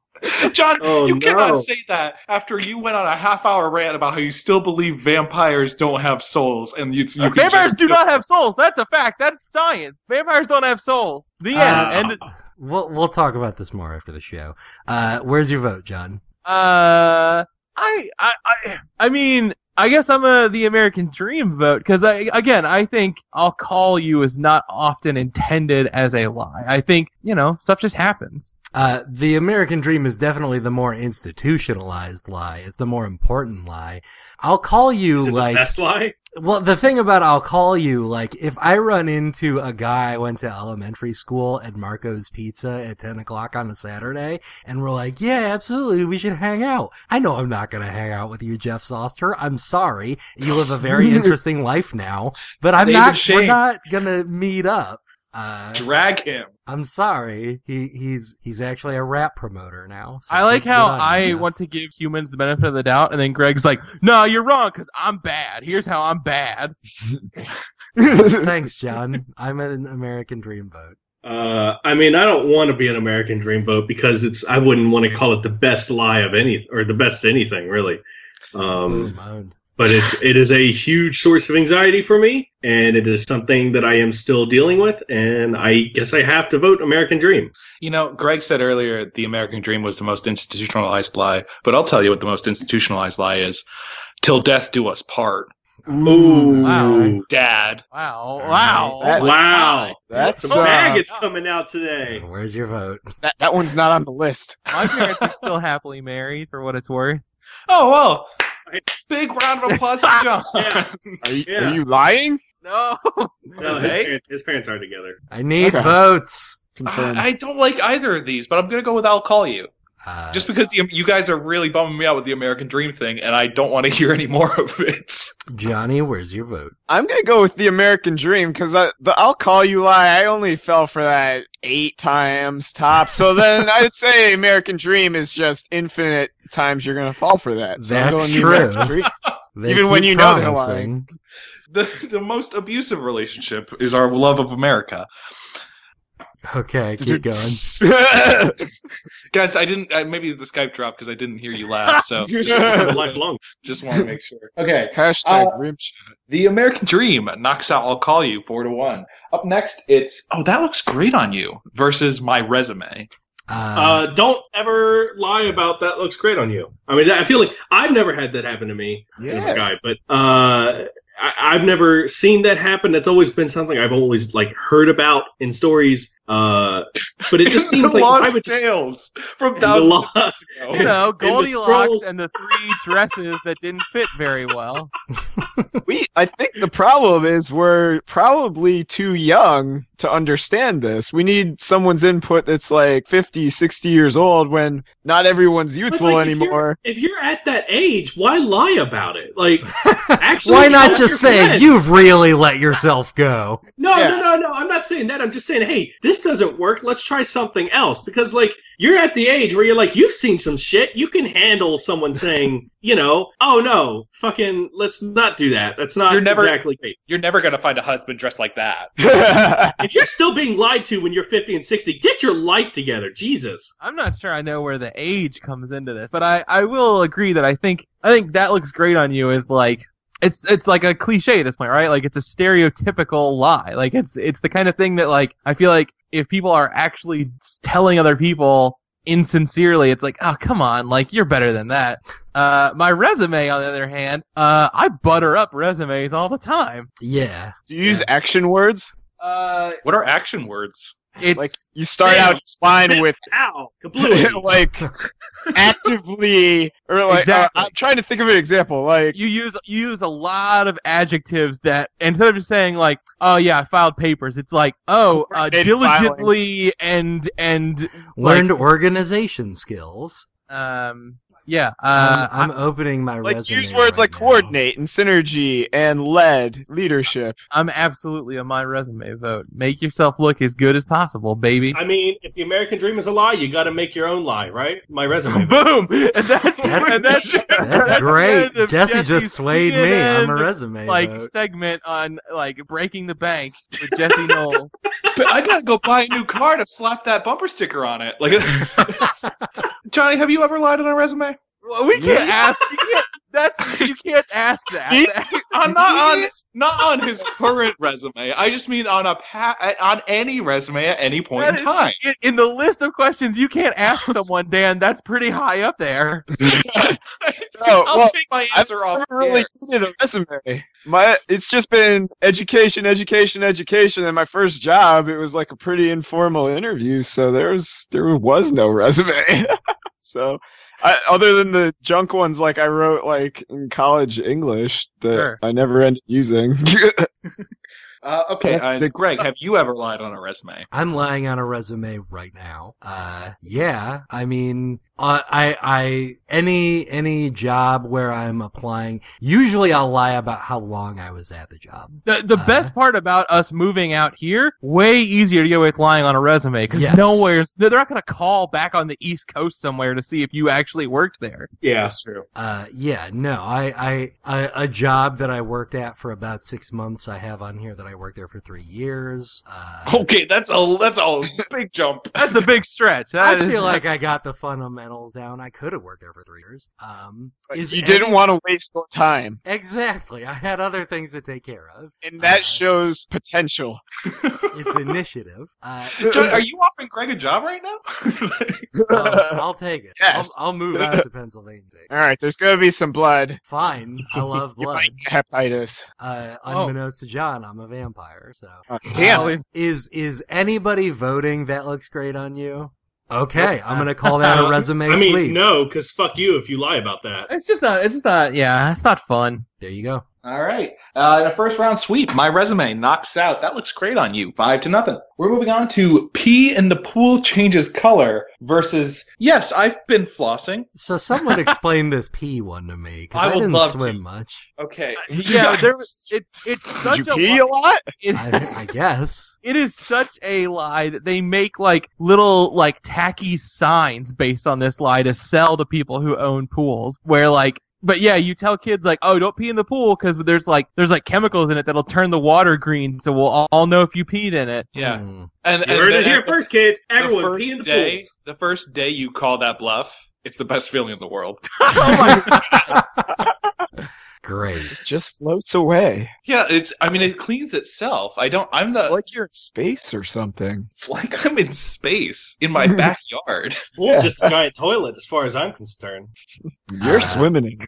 C: John,
D: Oh,
C: you
D: no.
C: cannot say that after you went on a half-hour rant about how you still believe vampires don't have souls, and you, you can
A: Vampires
C: just-
A: do not have souls. That's a fact. That's science. Vampires don't have souls. The end. And
B: We'll we'll talk about this more after the show. Uh, where's your vote, John?
C: Ah.
A: uh, I, I, I, I mean, I guess I'm a the American dream vote because I, again, I think I'll call you is not often intended as a lie. I think you know stuff just happens.
B: Uh, the American dream is definitely the more institutionalized lie. It's the more important lie. I'll call you
D: is it
B: like
D: the best lie?
B: Well, the thing about I'll call you, like, if I run into a guy I went to elementary school at Marco's Pizza at 10 o'clock on a Saturday, and we're like, yeah, absolutely, we should hang out. I know I'm not going to hang out with you, Jeff Soster. I'm sorry. You live a very interesting life now, but I'm
C: David
B: not, we're
C: Shane.
B: not going to meet up. Uh,
C: drag him.
B: I'm sorry. He, he's, he's actually a rap promoter now. so
A: I like
B: good-
A: how
B: good on you,
A: I
B: Jeff.
A: want to give humans the benefit of the doubt, and then Greg's like, "No, you're wrong because I'm bad. Here's how I'm bad."
B: Thanks, John. I'm an American dream vote.
D: Uh, I mean, I don't want to be an American dream vote because it's. I wouldn't want to call it the best lie of any or the best anything really. Um,
B: Boom, owned.
D: but it's it is a huge source of anxiety for me, and it is something that I am still dealing with. And I guess I have to vote American Dream.
C: You know, Greg said earlier the American dream was the most institutionalized lie, but I'll tell you what the most institutionalized lie is: "Till death do us part."
D: Ooh,
A: Wow.
C: Dad.
A: Wow. Wow.
F: That-
A: Oh my
D: wow.
F: That's
D: Some
F: uh,
D: maggot's coming out today.
B: Where's your vote?
F: that, that one's not on the list.
A: God. My parents are still happily married, for what it's worth.
C: Oh well. Big round of applause for John.
D: Yeah.
F: Are you,
D: Yeah.
F: are you lying?
A: No.
D: No, his,
C: Hey.
D: parents, his parents aren't together.
B: I need
F: Okay.
B: votes.
F: Confirmed.
C: I I don't like either of these, but I'm gonna go with "I'll call you"
B: Uh,
C: just because the, you guys are really bumming me out with the American Dream thing, and I don't want to hear any more of it.
B: Johnny, where's your vote?
F: I'm gonna go with the American Dream because the "I'll call you" lie. I only fell for that eight times top. So then I'd say American Dream is just infinite times you're gonna fall for that. So I'm
B: That's
F: going the
B: true.
F: American Dream.
B: They
F: Even when
B: keep
F: you know they're
B: promising.
C: The the most abusive relationship is our love of America,
B: Okay, keep going.
D: Uh,
C: guys. I didn't. I, maybe the Skype dropped because I didn't hear you laugh. So just,
D: Lifelong.
C: just want to make sure. Okay.
F: Hashtag rim shot.
C: The American Dream knocks out I'll Call You four to one. Up next, it's Oh, that looks great on you versus my resume.
B: Uh,
D: Uh, don't ever lie about that. Looks great on you. I mean, I feel like I've never had that happen to me as a
F: Yeah.
D: guy, but uh, I, I've never seen that happen. That's always been something I've always like heard about in stories. Uh, but it just seems
C: the
D: like
C: Lost
D: I would
C: Tales from
D: the
C: thousands of
D: Lost-
C: years
A: You
C: ago.
A: know, Goldilocks
D: Scrolls.
A: and the three dresses that didn't fit very well.
F: We, I think the problem is we're probably too young to understand this. We need someone's input that's like 50, 60 years old when not everyone's
D: But,
F: youthful
D: like, if you're-
F: anymore.
D: If you're, at that age, why lie about it? Like, actually,
B: why not
D: tell
B: just
D: your
B: say
D: friends.
B: you've really let yourself go?
D: No,
F: Yeah.
D: no, no, no. I'm not saying that. I'm just saying, hey, this doesn't work. Let's try something else. Because, like, you're at the age where you're like, you've seen some shit. You can handle someone saying, you know, oh, no, fucking, let's not do that. That's not
C: You're never-
D: exactly great.
C: You're never gonna find a husband dressed like that.
D: If you're still being lied to when you're 50 and 60, get your life together. Jesus.
A: I'm not sure I know where the age comes into this, but I, I will agree that I think I think that looks great on you is like it's it's like a cliche at this point, right? Like it's a stereotypical lie. Like it's it's the kind of thing that like I feel like if people are actually telling other people insincerely, it's like, oh come on, like you're better than that. Uh, my resume, on the other hand, uh, I butter up resumes all the time.
B: Yeah.
F: Do you use action words?
A: Uh,
C: What are action words?
A: it's
F: Like you start
D: Damn.
F: out just fine with
D: Ow. Kablooey.
F: like actively or like uh,
A: Exactly.
F: I'm trying to think of an example. Like
A: you use you use a lot of adjectives that instead of just saying like oh yeah I filed papers it's like oh uh,
F: Coordinated
A: diligently and and
B: Learned organization skills.
A: um yeah
B: Um,
A: uh
B: I'm opening my
F: like
B: resume.
F: use words
B: right
F: like
B: now.
F: coordinate and synergy and lead leadership.
A: I'm absolutely on my resume vote make yourself look as good as possible baby
D: I mean, if the American dream is a lie, you got to make your own lie, right? My resume.
A: boom and that's
B: That's-
A: and that's,
B: That's great.
A: the end of
B: Jesse
A: Jesse's
B: just swayed me. I'm a
A: CNN,
B: resume.
A: like
B: vote.
A: segment on like breaking the bank with Jesse Knowles
C: But I gotta go buy a new car to slap that bumper sticker on it. Like, Johnny, have you ever lied on a resume?
A: Well, we can't ask you can't, that's you can't ask
F: Me?
A: that
C: I'm not on not on his current resume. I just mean on a pa- on any resume at any point in
A: That is-
C: time.
A: in, in the list of questions you can't ask someone, Dan, that's pretty high up there.
F: Oh,
C: I'll
F: well,
C: take my
F: I've
C: answer off.
F: never really
C: air.
F: did a resume. My it's just been education, education, education. And my first job, it was like a pretty informal interview, so there was there was no resume. so, I, other than the junk ones, like I wrote like in college English that
A: Sure.
F: I never ended using.
C: Uh, okay,
F: Yeah.
C: uh, Greg, have you ever lied on a resume?
B: I'm lying on a resume right now. Uh, yeah. I mean, uh, I, I, any, any job where I'm applying, usually I'll lie about how long I was at the job.
A: The, the
B: Uh.
A: best part about us moving out here, way easier to get away with lying on a resume because
B: Yes.
A: nowhere they're not going to call back on the East Coast somewhere to see if you actually worked there.
D: Yeah.
C: That's true.
B: Uh, yeah, no, I, I, I, a job that I worked at for about six months I have on here that I worked there for three years. Uh,
C: Okay, that's a that's a big jump.
A: That's a big stretch. That
B: I
A: is-
B: feel like I got the fundamentals down. I could have worked there for three years. Um, is
F: you
B: any-
F: didn't want to waste your time,
B: exactly. I had other things to take care of.
F: and that
B: Uh,
F: shows potential.
B: It's initiative. Uh,
C: John, are you offering Greg a job right now?
B: I'll, I'll take it.
F: Yes.
B: I'll, I'll move out to Pennsylvania.
F: All right, there's gonna be some blood.
B: Fine. I love
F: You
B: blood.
F: might get hepatitis.
B: Uh,
F: Oh.
B: unbeknownst to John, I'm a vampire. So
F: Oh,
B: Uh,
F: damn.
B: is is anybody voting? That looks great on you. Okay, I'm gonna call that a resume
D: I mean,
B: sweep.
D: no, because fuck you if you lie about that.
A: It's just not. It's just not. Yeah, it's not fun.
B: There you go.
C: All right. Uh, in a first round sweep, my resume knocks out. That looks great on you. Five to nothing. We're moving on to pee in the pool changes color versus yes, I've been flossing.
B: So someone explain this P one to me because
C: I
B: I,
C: would
B: didn't
C: love to.
B: swim much.
C: Okay.
A: Yeah, there, it, it's such
F: Did you
A: a.
F: pee
A: lie-
F: a lot?
A: it-
B: I, I guess.
A: it is such a lie that they make like little like tacky signs based on this lie to sell to people who own pools where like but yeah you tell kids like oh don't pee in the pool because there's like there's like chemicals in it that'll turn the water green so we'll all, all know if you peed in it
C: Yeah.
B: Mm.
C: And,
D: You
C: and
D: heard
C: the-
D: it here first, kids. Everyone
C: the
D: pee in the
C: first day,
D: pools.
C: the first day you call that bluff, it's the best feeling in the world.
B: Great.
F: It just floats away.
C: Yeah, it's. I mean, it cleans itself. I don't. I'm
F: It's
C: the.
F: like you're in space or something.
C: It's like I'm in space in my backyard.
D: Pool's
F: Yeah.
D: just a giant toilet, as far as I'm concerned.
F: You're
B: Uh,
F: swimming in.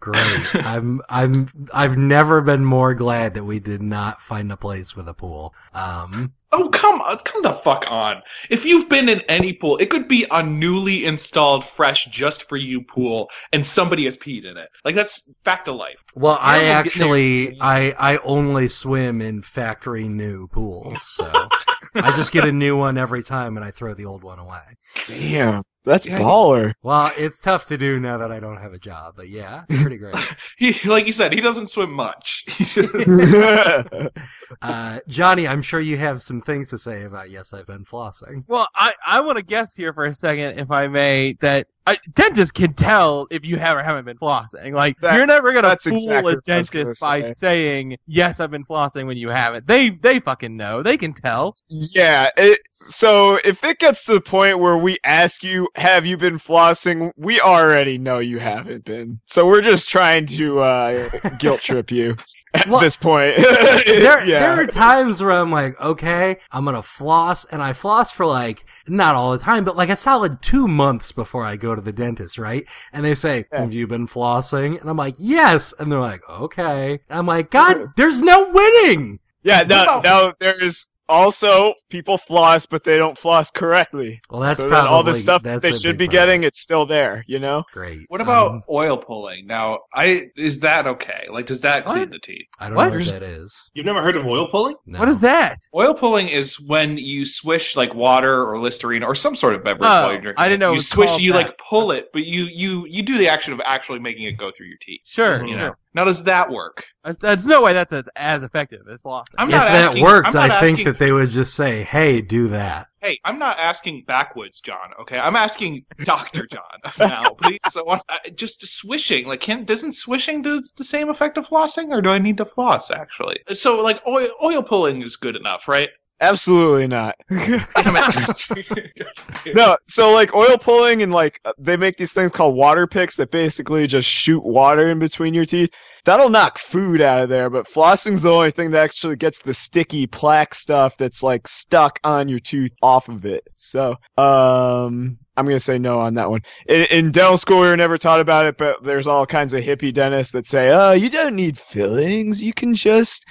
B: Great. I'm I'm I've never been more glad that we did not find a place with a pool. Um
C: Oh come on, come the fuck on! If you've been in any pool, it could be a newly installed, fresh, just for you pool, and somebody has peed in it. Like that's fact of life.
B: well I
C: Yeah, we'll get there.
B: actually I I only swim in factory new pools, so I just get a new one every time and I throw the old one away.
F: Damn, that's
C: Yeah.
F: baller.
B: Well, it's tough to do now that I don't have a job, but yeah, pretty great.
C: He, like you said, he doesn't swim much.
B: Uh, Johnny, I'm sure you have some things to say about yes, I've been flossing.
A: well i i want to guess here for a second if i may that I, dentists can tell if you have or haven't been flossing like
F: That-
A: you're never gonna
F: that's
A: fool
F: exactly
A: a
F: what I was gonna
A: dentist by
F: say.
A: saying yes i've been flossing when you haven't they they fucking know they can tell
F: yeah. It, so if it gets to the point where we ask you, "Have you been flossing?" We already know you haven't been. So we're just trying to uh, guilt trip you at
B: Well,
F: this point.
B: there,
F: yeah.
B: there are times where I'm like, okay, I'm gonna floss, and I floss for like not all the time, but like a solid two months before I go to the dentist, right? And they say,
F: Yeah.
B: "Have you been flossing?" And I'm like, "Yes," and they're like, "Okay," and I'm like, "God, there's no winning."
F: yeah. No.
C: Wow.
F: No. There's also people floss, but they don't floss correctly.
B: Well, that's
F: so then
B: probably
F: all the stuff
B: that's
F: they
B: a
F: should be
B: big problem.
F: getting, it's still there. You know.
B: Great.
C: what about
B: Um,
C: oil pulling? Now, I is that okay? Like, does that clean
A: What?
C: the teeth?
B: I don't
A: what?
B: know what that is.
D: You've never heard of oil pulling?
B: No.
A: what is that
C: Oil pulling is when you swish like water or Listerine or some sort of beverage
A: Oh,
C: while you're drinking.
A: I didn't
C: it.
A: know it
C: you
A: was
C: swish.
A: called
C: You
A: that.
C: like pull it, but you you you do the action of actually making it go through your teeth.
A: Sure,
D: Mhm.
C: You
A: sure.
C: know. Now, does that work?
A: That's, that's no way that's as, as effective as flossing.
C: I'm
B: if
C: not
B: that
C: asking-
B: worked,
C: I'm not
B: I think
C: asking-
B: that they would just say, "Hey, do that."
C: Hey, I'm not asking backwards, John. Okay, I'm asking Doctor John now, please. So I, I- just swishing, like, can doesn't swishing do the same effect of flossing, or do I need to floss actually? So like, oil, oil pulling is good enough, right?
F: Absolutely not.
C: Damn it.
F: no, so like oil pulling and like uh, they make these things called water picks that basically just shoot water in between your teeth. That'll knock food out of there, but flossing's the only thing that actually gets the sticky plaque stuff that's like stuck on your tooth off of it. So, um, I'm gonna say no on that one. In, in dental school, we were never taught about it, but there's all kinds of hippie dentists that say, "Oh, you don't need fillings. You can just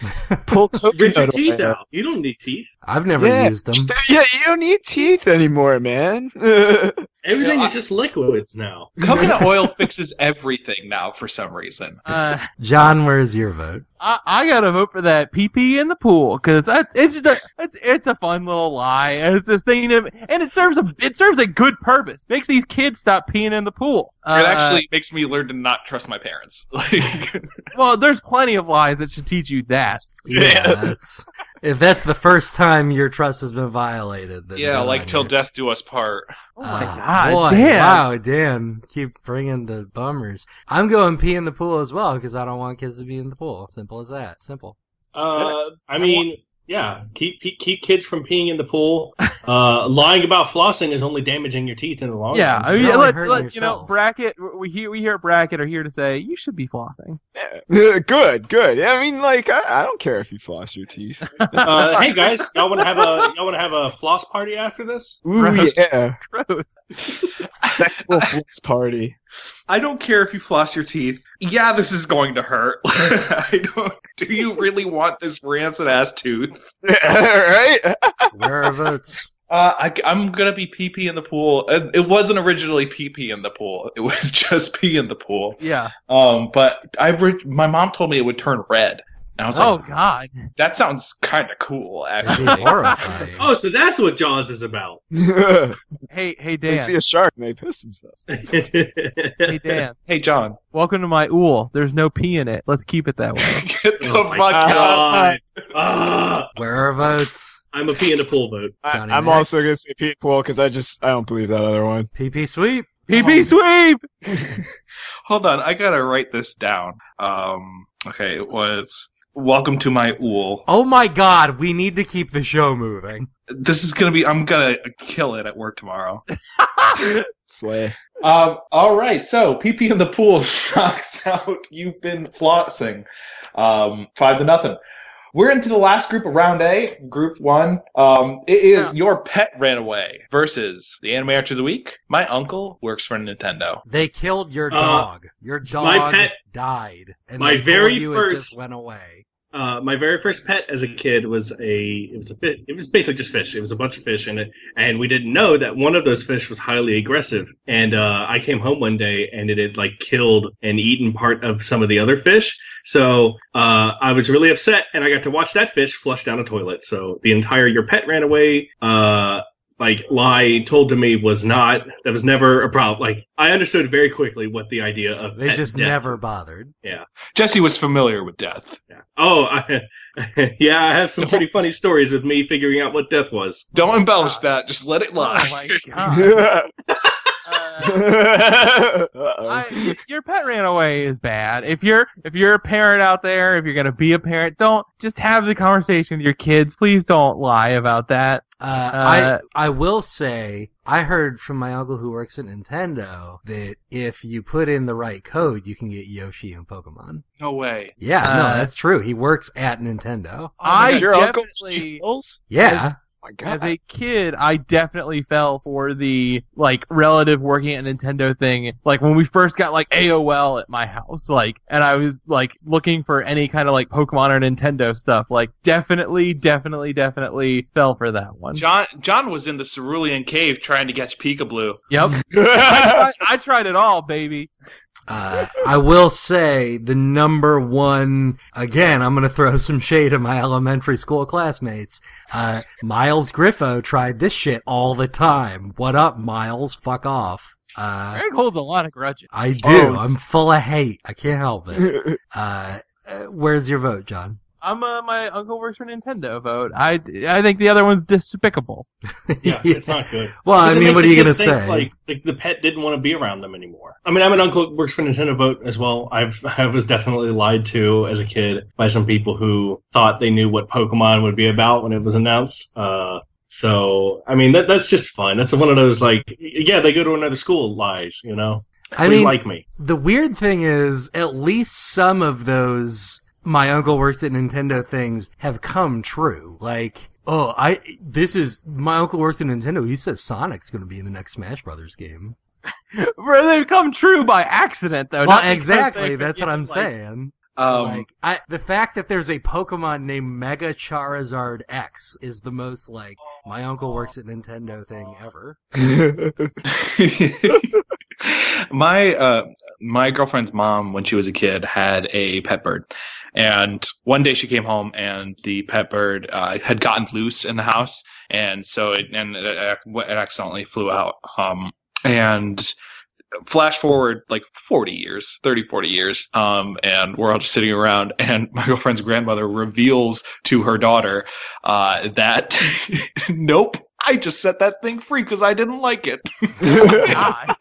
F: pull
D: Get your
F: coconut
D: teeth
F: away."
D: out. You don't need teeth.
B: I've never
F: Yeah.
B: used them.
F: Yeah, you don't need teeth anymore, man.
D: Everything
C: Yeah,
D: is just liquids now.
C: Coconut oil fixes everything now for some reason.
A: Uh,
B: John, where's your vote?
A: I, I gotta vote for that PP in the pool because it's just a, it's it's a fun little lie. And It's this thing that, and it serves a it serves a good purpose. Makes these kids stop peeing in the pool. Uh,
C: It actually makes me learn to not trust my parents. Like,
A: well, there's plenty of lies that should teach you that.
F: Yeah.
B: that's, if that's the first time your trust has been violated, then
C: yeah,
B: good
C: like
B: on
C: till
B: you.
C: death do us part.
A: Oh my
B: Ah,
A: god,
B: boy,
A: damn!
B: Wow, Dan, keep bringing the bummers. I'm going pee in the pool as well because I don't want kids to be in the pool. Simple as that. Simple.
D: Uh, I mean, yeah, keep keep- keep kids from peeing in the pool. Uh, lying about flossing is only damaging your teeth in the long
A: yeah,
D: run.
A: I
B: you're
A: mean,
B: only
A: let,
B: hurting
A: let, you know,
B: yourself.
A: bracket. We hear we hear bracket are here to say you should be flossing.
F: good, good. I mean, like, I, I don't care if you floss your teeth.
D: Uh, hey guys, y'all want to have a y'all want to have a floss party after this?
F: Ooh,
A: Gross.
F: yeah.
A: Gross.
F: Sexual floss party.
C: I don't care if you floss your teeth. Yeah, this is going to hurt. I don't. Do you really want this rancid ass tooth?
F: right?
B: Where are votes?
C: Uh, I, I'm gonna be pee pee in the pool. Uh, It wasn't originally pee pee in the pool. It was just pee in the pool.
A: Yeah.
C: Um, but I re- my mom told me it would turn red, and I was
A: Oh
C: like,
A: God.
C: that sounds kind of cool,
B: That'd
C: actually.
B: be horrifying.
D: Oh, so that's what Jaws is about.
A: Hey, hey
F: They
A: Dan.
F: see a shark and they piss themselves.
A: Hey Dan.
C: hey, John,
A: Welcome to my ool. There's no pee in it. Let's keep it that way.
C: get the
D: Oh my
C: fuck out.
D: God. Ah,
B: Where are votes?
D: I'm a pee in the pool vote.
F: I,
B: Johnny
F: I'm
B: Mac.
F: also gonna say Pete Pool because I just I don't believe that other one.
B: PP sweep.
A: PP sweep.
C: Hold on, I gotta write this down. Um, okay, it was welcome to my ool.
B: Oh my god, we need to keep the show moving.
C: This is gonna be. I'm gonna kill it at work tomorrow.
F: Slay.
C: Um, all right, so PP in the pool knocks out. You've been flossing, um, five to nothing. We're into the last group of round A, group one. Um, it is your pet ran away versus the anime archer of the week. My uncle works for Nintendo.
B: They killed your
D: Uh,
B: dog. your dog
D: pet-
B: died. And
D: my
B: they told
D: very
B: you it
D: first-
B: just went away.
D: Uh, my very first pet as a kid was a it was a fish. It was basically just fish. It was a bunch of fish in it, and we didn't know that one of those fish was highly aggressive. And uh, I came home one day and it had like killed and eaten part of some of the other fish. So uh, I was really upset, and I got to watch that fish flush down a toilet. So the entire your pet ran away. Uh, like lie told to me was not that was never a problem. Like I understood very quickly what the idea of
B: They
D: pet
B: just
D: death
B: never bothered.
C: Jesse was familiar with death.
D: yeah. Oh, I, yeah, I have some pretty funny stories with me figuring out what death was.
C: Don't embellish that. Just let it lie.
A: Oh my God. Uh, I, your pet ran away is bad. If you're if you're a parent out there, if you're gonna be a parent, don't just have the conversation with your kids. Please don't lie about that.
B: Uh,
A: Uh,
B: I I will say I heard from my uncle who works at Nintendo that if you put in the right code, you can get Yoshi and Pokemon.
C: no way.
B: Yeah,
A: Uh,
B: no, that's true. He works at Nintendo.
A: I
F: Your uncle
A: definitely-
F: steals?
B: Yeah,
F: Oh my
A: As
F: god.
A: a kid, I definitely fell for the like relative working at Nintendo thing. Like when we first got like AOL at my house, like, and I was like looking for any kind of like Pokemon or Nintendo stuff. Like, definitely, definitely, definitely fell for that one.
C: John John was in the Cerulean Cave trying to catch Peekaboo.
A: Yep, I, I tried it all, baby.
B: uh, I will say the number one. Again, I'm going to throw some shade at my elementary school classmates. Uh, Miles Griffo tried this shit all the time. What up, Miles? Fuck off. Uh,
A: Eric holds a lot of grudges.
B: I do.
F: Oh.
B: I'm full of hate. I can't help it. Uh, uh, where's your vote, John?
A: I'm uh, my uncle works for Nintendo vote. I I think the other one's despicable.
D: Yeah,
B: Yeah.
D: it's not good.
B: Well, I
D: Because it
B: mean,
D: makes
B: what
D: a
B: are you
D: kid
B: gonna
D: think,
B: say?
D: Like, like the pet didn't want to be around them anymore. I mean, I'm an uncle who works for Nintendo Vote as well. I've I was definitely lied to as a kid by some people who thought they knew what Pokemon would be about when it was announced. Uh, so I mean, that that's just fun. That's one of those like, yeah, they go to another school lies. You know,
B: I
D: Please
B: mean,
D: like me.
B: the weird thing is, at least some of those my uncle works at Nintendo things have come true. Like, oh, I this is my uncle works at Nintendo. He says Sonic's going to be in the next Smash Brothers game.
A: Bro, they've come true by accident though. not
B: well,
A: because
B: exactly.
A: they've
B: That's
A: been
B: what I'm
A: like-
B: saying.
C: Um,
B: like, I, the fact that there's a Pokemon named Mega Charizard X is the most like my uncle works at Nintendo thing ever.
C: my uh, my girlfriend's mom, when she was a kid, had a pet bird, and one day she came home and the pet bird uh, had gotten loose in the house, and so it and it, ac- it accidentally flew out. Um, and flash forward like 40 years 30 40 years um and we're all just sitting around and my girlfriend's grandmother reveals to her daughter uh that nope i just set that thing free because i didn't like it
A: God.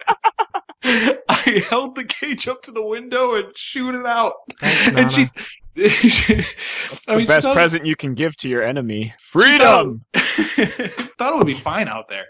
C: I held the cage up to the window and shoot it out.
B: Thanks, Nana.
C: and she, That's
F: the best present you can give to your enemy. Freedom.
C: thought it would be fine out there.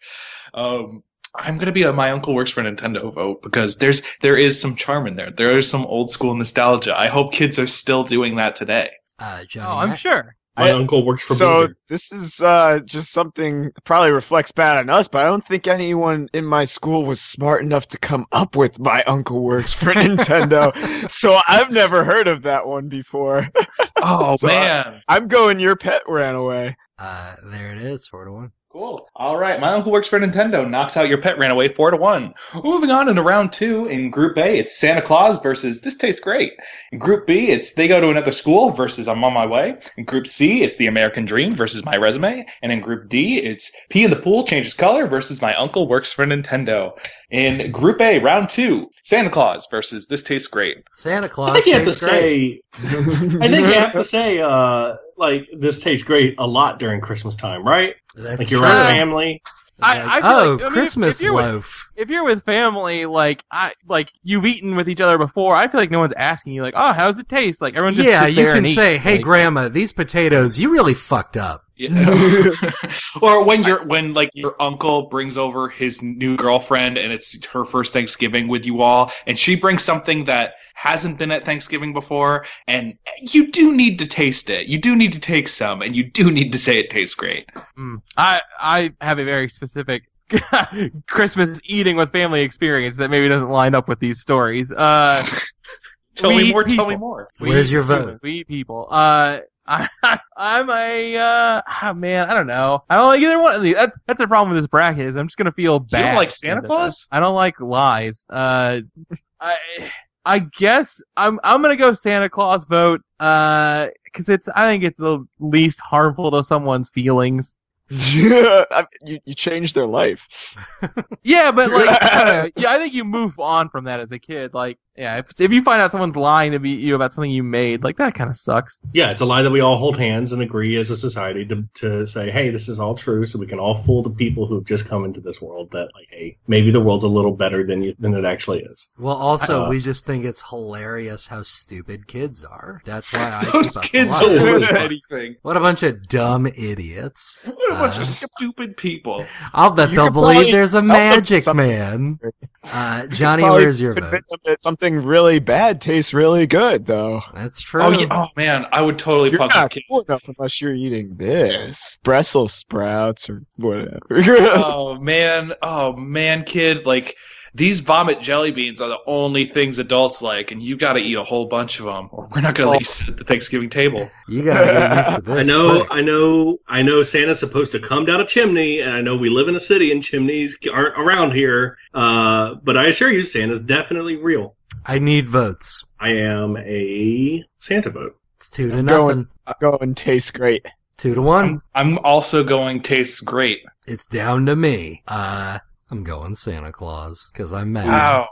C: Um, I'm gonna be a my uncle works for Nintendo vote because there's there is some charm in there. There is some old school nostalgia. I hope kids are still doing that today.
B: Uh, Johnny
A: Oh, I'm
B: Mac-
A: sure.
D: My
F: I-
D: uncle works for
F: so
D: Blizzard.
F: this is uh, just something probably reflects bad on us, but I don't think anyone in my school was smart enough to come up with my uncle works for Nintendo. so I've never heard of that one before.
C: Oh
F: So I-
C: man.
F: I'm going. Your pet ran away.
B: Uh, there it is, four to one.
C: Cool. All right. My uncle works for Nintendo. Knocks out your pet ran away four to one. Moving on into round two in Group A, it's Santa Claus versus This Tastes Great. In Group B, it's They Go to Another School versus I'm on My Way. In Group C, it's The American Dream versus My Resume. And in Group D, it's Pee in the Pool Changes Color versus My Uncle Works for Nintendo. In Group A, round two, Santa Claus versus This Tastes Great.
B: Santa Claus.
D: I think you have to
B: tastes great.
D: say. I think you have to say, uh, like this tastes great a lot during Christmas time, right?
B: That's
D: Like you're
B: true.
D: around family.
B: Like,
A: I- I feel
B: oh,
A: like- I mean, if-
B: Christmas
A: if you're with-
B: loaf.
A: if you're with family, like I like you've eaten with each other before, I feel like no one's asking you like, oh, how's it taste? Like everyone just
B: Yeah,
A: sit
B: you
A: there
B: can
A: and eat.
B: say, "Hey,
A: Like,
B: Grandma, these potatoes, you really fucked up."
C: Yeah. or when your when like your uncle brings over his new girlfriend and it's her first Thanksgiving with you all, and she brings something that hasn't been at Thanksgiving before, and you do need to taste it. You do need to take some, and you do need to say it tastes great.
A: mm. I I have a very specific Christmas eating with family experience that maybe doesn't line up with these stories. Uh,
C: Tell
A: We
C: me
A: eat
C: more. Tell me
A: people.
C: more.
A: we
B: Where's your
A: humans,
B: vote?
A: We people. Uh, I, I'm a uh, oh, man. I don't know. I don't like either one of these. That's, that's the problem with this bracket is I'm just gonna feel
C: You
A: bad.
C: don't like Santa Claus?
A: I don't like lies. Uh, I I guess I'm I'm gonna go Santa Claus vote. Uh, because it's I think it's the least harmful to someone's feelings.
F: Yeah, I- you, you changed their life.
A: Yeah, but like I don't know. yeah, I think you move on from that as a kid. Like yeah, if if you find out someone's lying to be you about something you made, like that kind of sucks.
D: Yeah, it's a lie that we all hold hands and agree as a society to, to say, hey, this is all true, so we can all fool the people who've just come into this world that, like, hey, maybe the world's a little better than you, than it actually is.
B: Well, also,
D: Uh,
B: we just think it's hilarious how stupid kids are. That's why I keep
C: Those
B: up the
C: kids
B: lie.
C: don't know anything.
B: What a bunch of dumb idiots!
C: What a bunch
B: Uh,
C: of stupid people.
B: I'll bet
F: You
B: they'll
F: could
B: believe
F: probably
B: there's a
F: tell them
B: magic
F: something.
B: man. Uh,
F: You
B: Johnny,
F: could probably
B: where's your vote?
F: convince them that something really bad tastes really good, though.
B: That's true.
C: Oh, yeah. oh man, I would totally
F: You're
C: fuck
F: not
C: the kid.
F: cool enough unless you're eating this Brussels sprouts or whatever.
C: oh man, oh man, kid, like these vomit jelly beans are the only things adults like, and you got to eat a whole bunch of them, or we're not going to let you sit at the Thanksgiving table.
B: You gotta get used to this.
D: I know,
B: quick.
D: I know, I know Santa's supposed to come down a chimney, and I know we live in a city and chimneys aren't around here, uh, but I assure you, Santa's definitely real.
B: I need votes.
D: I am a Santa vote.
B: It's two to
F: I'm
B: nothing.
F: going. Go and taste great.
B: Two to one.
C: I'm, I'm also going tastes great.
B: It's down to me. Uh, I'm going Santa Claus because I'm mad.
C: Wow,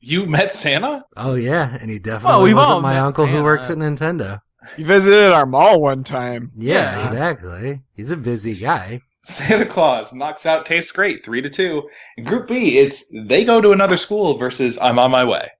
C: you met Santa?
B: Oh yeah, and he
A: Well,
B: definitely
A: we've all
B: wasn't my
A: met
B: uncle
A: Santa.
B: who works at Nintendo.
F: You visited our mall one time.
B: Yeah,
A: Yeah.
B: exactly. He's a busy guy.
C: Santa Claus knocks out tastes great three to two. In Group B, it's they go to another school versus I'm on my way.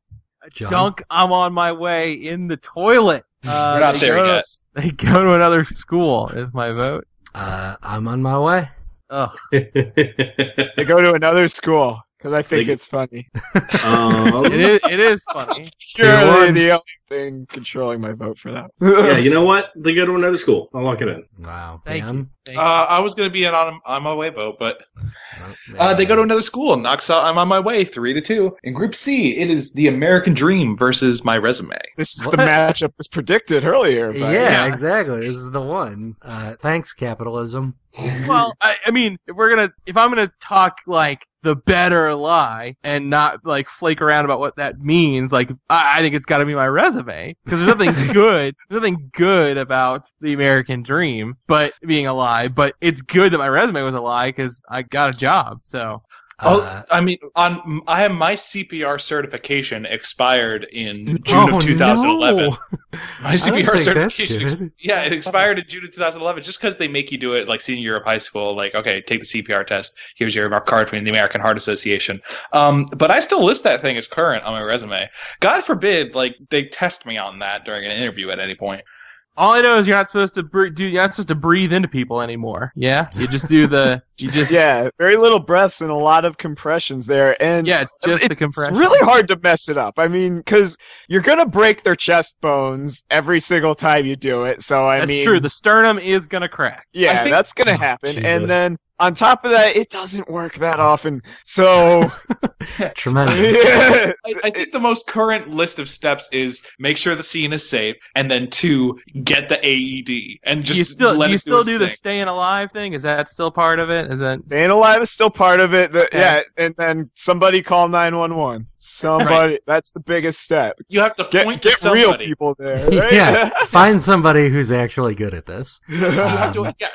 B: John?
A: Dunk, I'm on my way in the toilet. Uh,
C: We're not
A: they
C: there
A: go to-
C: yet.
A: They go to another school. Is my vote.
B: Uh, I'm on my way.
A: Ugh.
D: um,
F: They go to another school because I think
D: They-
F: it's funny.
D: Um,
A: It is. It is funny.
F: Surely
B: one.
F: the only thing controlling my vote for that.
D: yeah, you know what? They go to another school. I'll lock it in.
B: Wow.
A: Thank
B: Dan?
A: Thank
C: Uh, I was going to be an on, on my way vote, but
B: Well,
C: Uh,
B: yeah.
C: they go to another school and knocks out I'm on my way, three to two. In group C, it is the American Dream versus my resume.
F: This is
B: What?
F: the matchup was predicted earlier. But
B: Yeah,
C: Yeah.
B: exactly. This is the one. Uh, thanks, capitalism.
A: you. Well, I, I mean, if we're gonna, if I'm gonna talk like the better lie and not like flake around about what that means, like I, I think it's got to be my resume because there's nothing good, there's nothing good about the American dream, but being a lie. But it's good that my resume was a lie because I got a job. So
B: Uh,
C: oh, I mean, on I have my CPR certification expired in June
B: oh,
C: of 2011.
B: no.
C: My
B: I don't
C: CPR
B: think that's
C: certification, ex-
B: good.
C: yeah, it expired in June of 2011. Just because they make you do it, like senior year of high school, like okay, take the CPR test. Here's your card from the American Heart Association. Um, but I still list that thing as current on my resume. God forbid, like they test me on that during an interview at any point.
A: All I know is you're not supposed to br- do. You're not supposed to breathe into people anymore. Yeah, you just do the. You just
F: Yeah, very little breaths and a lot of compressions there. And
A: yeah. It's just the
F: it's
A: compression.
F: really hard to mess it up. I mean, because you're gonna break their chest bones every single time you do it. So I
A: That's
F: mean,
A: true. The sternum is gonna crack.
F: yeah,
C: I think-
F: that's gonna happen. and
B: Jesus.
F: then on top of that, it doesn't work that often. So
B: Tremendous.
F: yeah,
C: I, I think the most current list of steps is make sure the scene is safe, and then two, get the AED, and just
A: you still
C: let
A: you
C: it
A: still do,
C: do, its
A: the
C: thing.
A: staying alive thing. Is that still part of it? Is that
F: staying alive is still part of it. The-
A: Yeah.
F: yeah, and then somebody call nine one one. Somebody. That's the biggest step.
C: You have to
F: Get
C: point to
F: get
C: somebody.
F: real people there. right?
B: Yeah. Find somebody who's actually good at this.
C: You have
B: Um,
C: to yeah,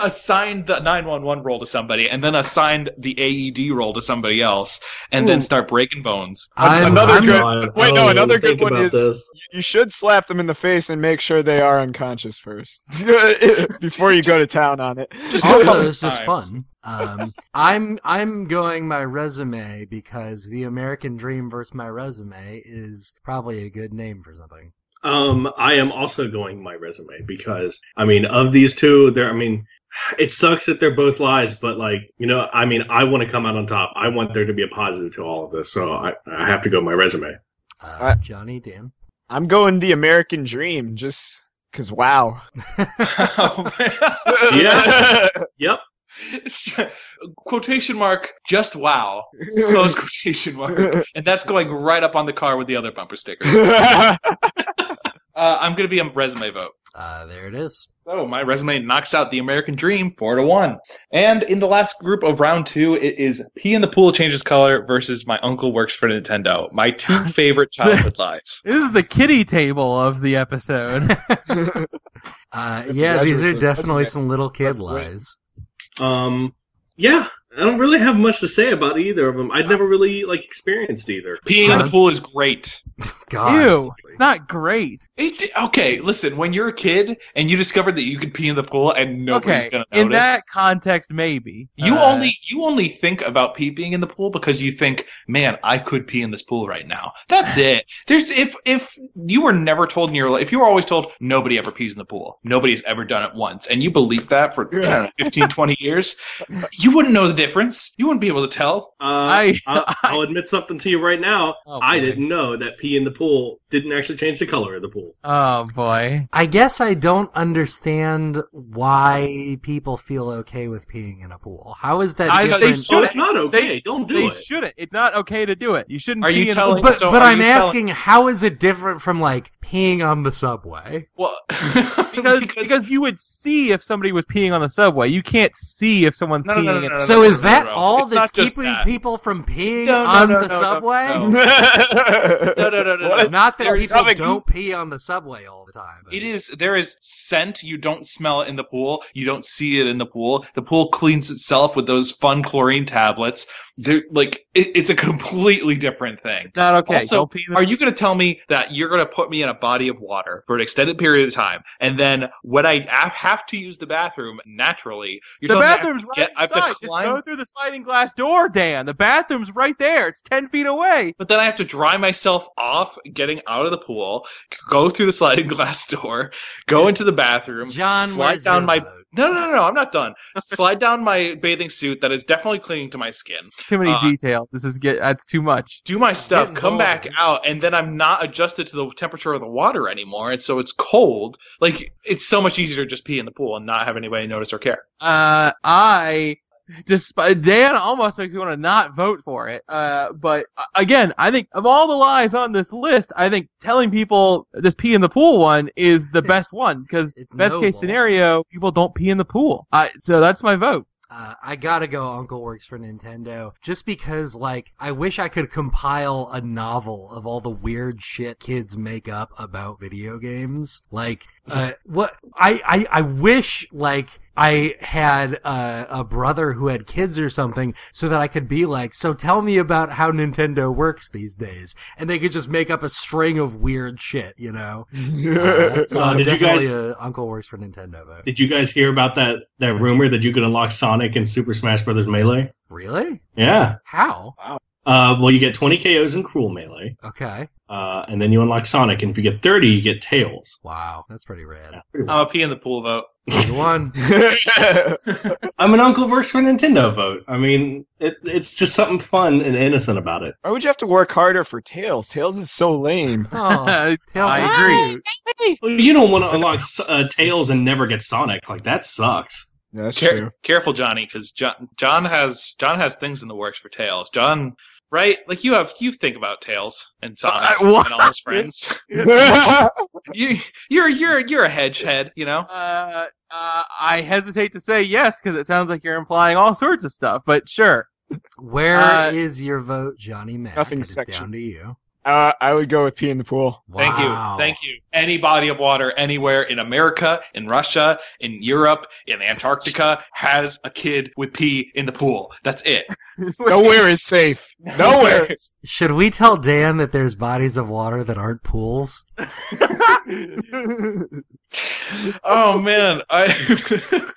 C: assign the 911 role to somebody and then assign the AED role to somebody else and then start breaking bones.
B: I'm,
F: Another
B: I'm-
F: good-
D: God,
F: wait,
D: I don't
F: no,
D: even
F: another
D: think
F: good one
D: about
F: is-
D: this.
F: you should slap them in the face and make sure they are unconscious first before you go to town on it.
C: Just-
B: also
C: couple
B: this is
C: times.
B: fun. Um, I'm I'm going my resume because the American Dream versus my resume is probably a good name for something.
D: Um, I am also going my resume because I mean, of these two, there. I mean, it sucks that they're both lies, but like you know, I mean, I want to come out on top. I want there to be a positive to all of this, so I, I have to go my resume.
B: Uh,
F: I-
B: Johnny Dan.
F: I'm going the American dream just because, wow.
D: Yeah. Yep.
C: quotation mark, just wow. Close quotation mark. And that's going right up on the car with the other bumper sticker. Uh, I'm going to be a resume vote.
B: Uh, there it is.
C: So my resume knocks out the American Dream four to one. And in the last group of round two, it is Pee in the Pool Changes Color versus My Uncle Works for Nintendo. My two favorite childhood lies.
A: this is the kitty table of the episode?
B: Uh,
F: That's
B: yeah, these are
F: graduates,
B: definitely
F: isn't it?
B: some little kid
F: Graduate.
B: lies.
D: Um, yeah. I don't really have much to say about either of them. I'd never really like experienced either.
C: Peeing in the
B: Huh?
C: pool is great.
B: God.
A: Ew, it's not great.
C: It, okay, listen. When you're a kid and you discovered that you could pee in the pool and nobody's
A: okay,
C: gonna notice,
A: in that context, maybe
C: you
A: Uh,
C: only you only think about pee being in the pool because you think, man, I could pee in this pool right now. That's it. There's if if you were never told in your life, if you were always told nobody ever pees in the pool, nobody's ever done it once, and you believe that for I don't know, 15, 20 years, you wouldn't know the difference. You wouldn't be able to tell.
D: Uh,
A: I-
D: I, I'll admit something to you right now.
A: Oh,
D: I
A: boy.
D: didn't know that pee in the pool didn't actually change the color of the pool.
A: Oh boy.
B: I guess I don't understand why people feel okay with peeing in a pool. How is that
A: I-
B: different?
A: they
D: Oh,
A: Dude,
D: it's not okay. Don't do
A: they
D: it.
A: shouldn't. It's not okay to do it. You shouldn't.
C: Are
A: pee
C: you
A: in the
C: telling-
A: pool.
B: but
C: So
B: but
C: are
B: I'm
C: you telling-
B: asking, how is it different from like peeing on the subway?
C: Well,
A: because, because you would see if somebody was peeing on the subway. You can't see if someone's
C: No, no,
A: peeing.
C: no, no,
A: in-
C: no, no.
B: So is that
C: no.
B: all
C: It's
B: that's
C: not just
B: keeping
C: that.
B: people from peeing
C: No, no,
B: on
C: no,
B: the
C: no, no,
B: subway?
C: no.
F: no,
C: no, no, no, no.
B: Not that
C: Sorry,
B: people
F: topic.
B: don't pee on the subway all the time. but-
C: It is there is scent. You don't smell it in the pool. You don't see it in the pool. The pool cleans itself with those fun chlorine tablets. They're like it, it's a completely different thing.
A: Not okay.
C: Also,
A: Don't pee in the-
C: Are you going to tell me that you're going to put me in a body of water for an extended period of time, and then when I a- have to use the bathroom naturally, you're
A: the
C: telling me I-
A: bathroom's right
C: get- I have to
A: outside. Just
C: climb-
A: go through the sliding glass door, Dan. The bathroom's right there. It's ten feet away.
C: But then I have to dry myself off getting out of the pool, go through the sliding glass door, go into the bathroom,
B: John,
C: slide
B: where's
C: down
B: your
C: my
B: vote?
C: No, no, no, no, I'm not done. Slide down my bathing suit that is definitely clinging to my skin.
A: Too many
C: Uh,
A: details. This is get. That's too much.
C: Do my stuff,
B: Getting
C: come
B: old.
C: back out, and then I'm not adjusted to the temperature of the water anymore, and so it's cold. Like it's so much easier to just pee in the pool and not have anybody notice or care.
A: Uh, I. Despite, Dan almost makes me want to not vote for it. Uh, but uh, again, I think of all the lies on this list, I think telling people this pee in the pool one is the best one because
B: It's
A: best
B: noble.
A: case scenario, people don't pee in the pool. I, so that's my vote.
B: Uh, I gotta go. Uncle works for Nintendo, just because like I wish I could compile a novel of all the weird shit kids make up about video games. Like, uh, what I I, I wish like I had a, a brother who had kids or something so that I could be like, so tell me about how Nintendo works these days. And they could just make up a string of weird shit, you know? Uh, so
D: Uh,
B: I'm
D: did you
B: definitely
D: guys-
B: a Uncle Works for Nintendo vote.
D: Did you guys hear about that that rumor that you could unlock Sonic in Super Smash Bros. Melee?
B: Really?
D: Yeah.
B: How?
D: Uh, well, you get 20 KOs in Cruel Melee,
B: Okay.
D: uh, and then you unlock Sonic, and if you get 30, you get Tails.
B: Wow. That's pretty rad.
D: Yeah, pretty well.
C: I'm a pee in the pool vote.
B: Good one.
D: Uh, I'm an Uncle Works for Nintendo vote. I mean, it, it's just something fun and innocent about it.
F: Why would you have to work harder for Tails? Tails is so lame.
B: Oh, Tails
A: I
B: is
A: agree.
B: cute.
D: Well, You don't want to unlock S- uh, Tails and never get Sonic. Like, that sucks.
F: Yeah, That's
C: Care-
F: true.
C: careful, Johnny, because John John has John has things in the works for Tails. John, right? Like you have you think about Tails and Sonic
F: I- what?
C: and all his friends. you you're you're you're a hedge head, you know.
A: Uh, uh, I hesitate to say yes because it sounds like you're implying all sorts of stuff, but sure.
B: Where is
A: Uh,
B: your vote, Johnny Mac?
F: nothing
B: It is
F: section.
B: down to you.
F: uh, I would go with pee in the pool.
C: Thank
B: Wow.
C: you, thank you. Any body of water anywhere in America, in Russia, in Europe, in Antarctica has a kid with pee in the pool. That's it.
F: Nowhere is safe. Nowhere. is-
B: Should we tell Dan that there's bodies of water that aren't pools?
C: oh man, I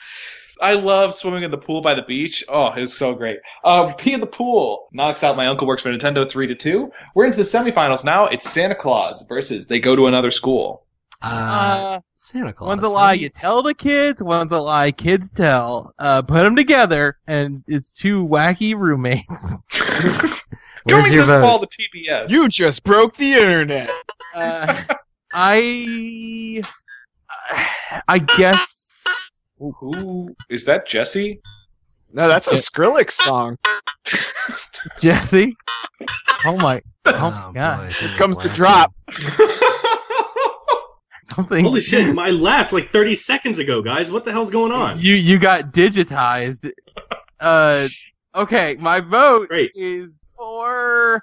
C: I love swimming in the pool by the beach. Oh, it's so great. Um, pee in the pool knocks out my uncle works for Nintendo three to two. We're into the semifinals now. It's Santa Claus versus they go to another school.
B: Uh,
A: Uh,
B: Santa Claus.
A: one's a lie
B: man.
A: you tell the kids, one's a lie kids tell. Uh, put them together, and it's two wacky roommates.
B: Where's
C: Going
B: your
C: this
B: vote?
C: fall to TBS.
F: You just broke the internet.
A: Uh, I, I guess.
C: Ooh, who is that? Jesse?
F: No, that's a Skrillex song.
A: Jesse. Oh my! Oh
B: Oh,
A: my god!
B: boy, this is
F: Comes the
B: wacky.
F: drop.
A: Something.
D: Holy shit, I laughed like 30 seconds ago, guys. What the hell's going on?
A: You you got digitized. Uh, okay. My vote
D: Great.
A: is for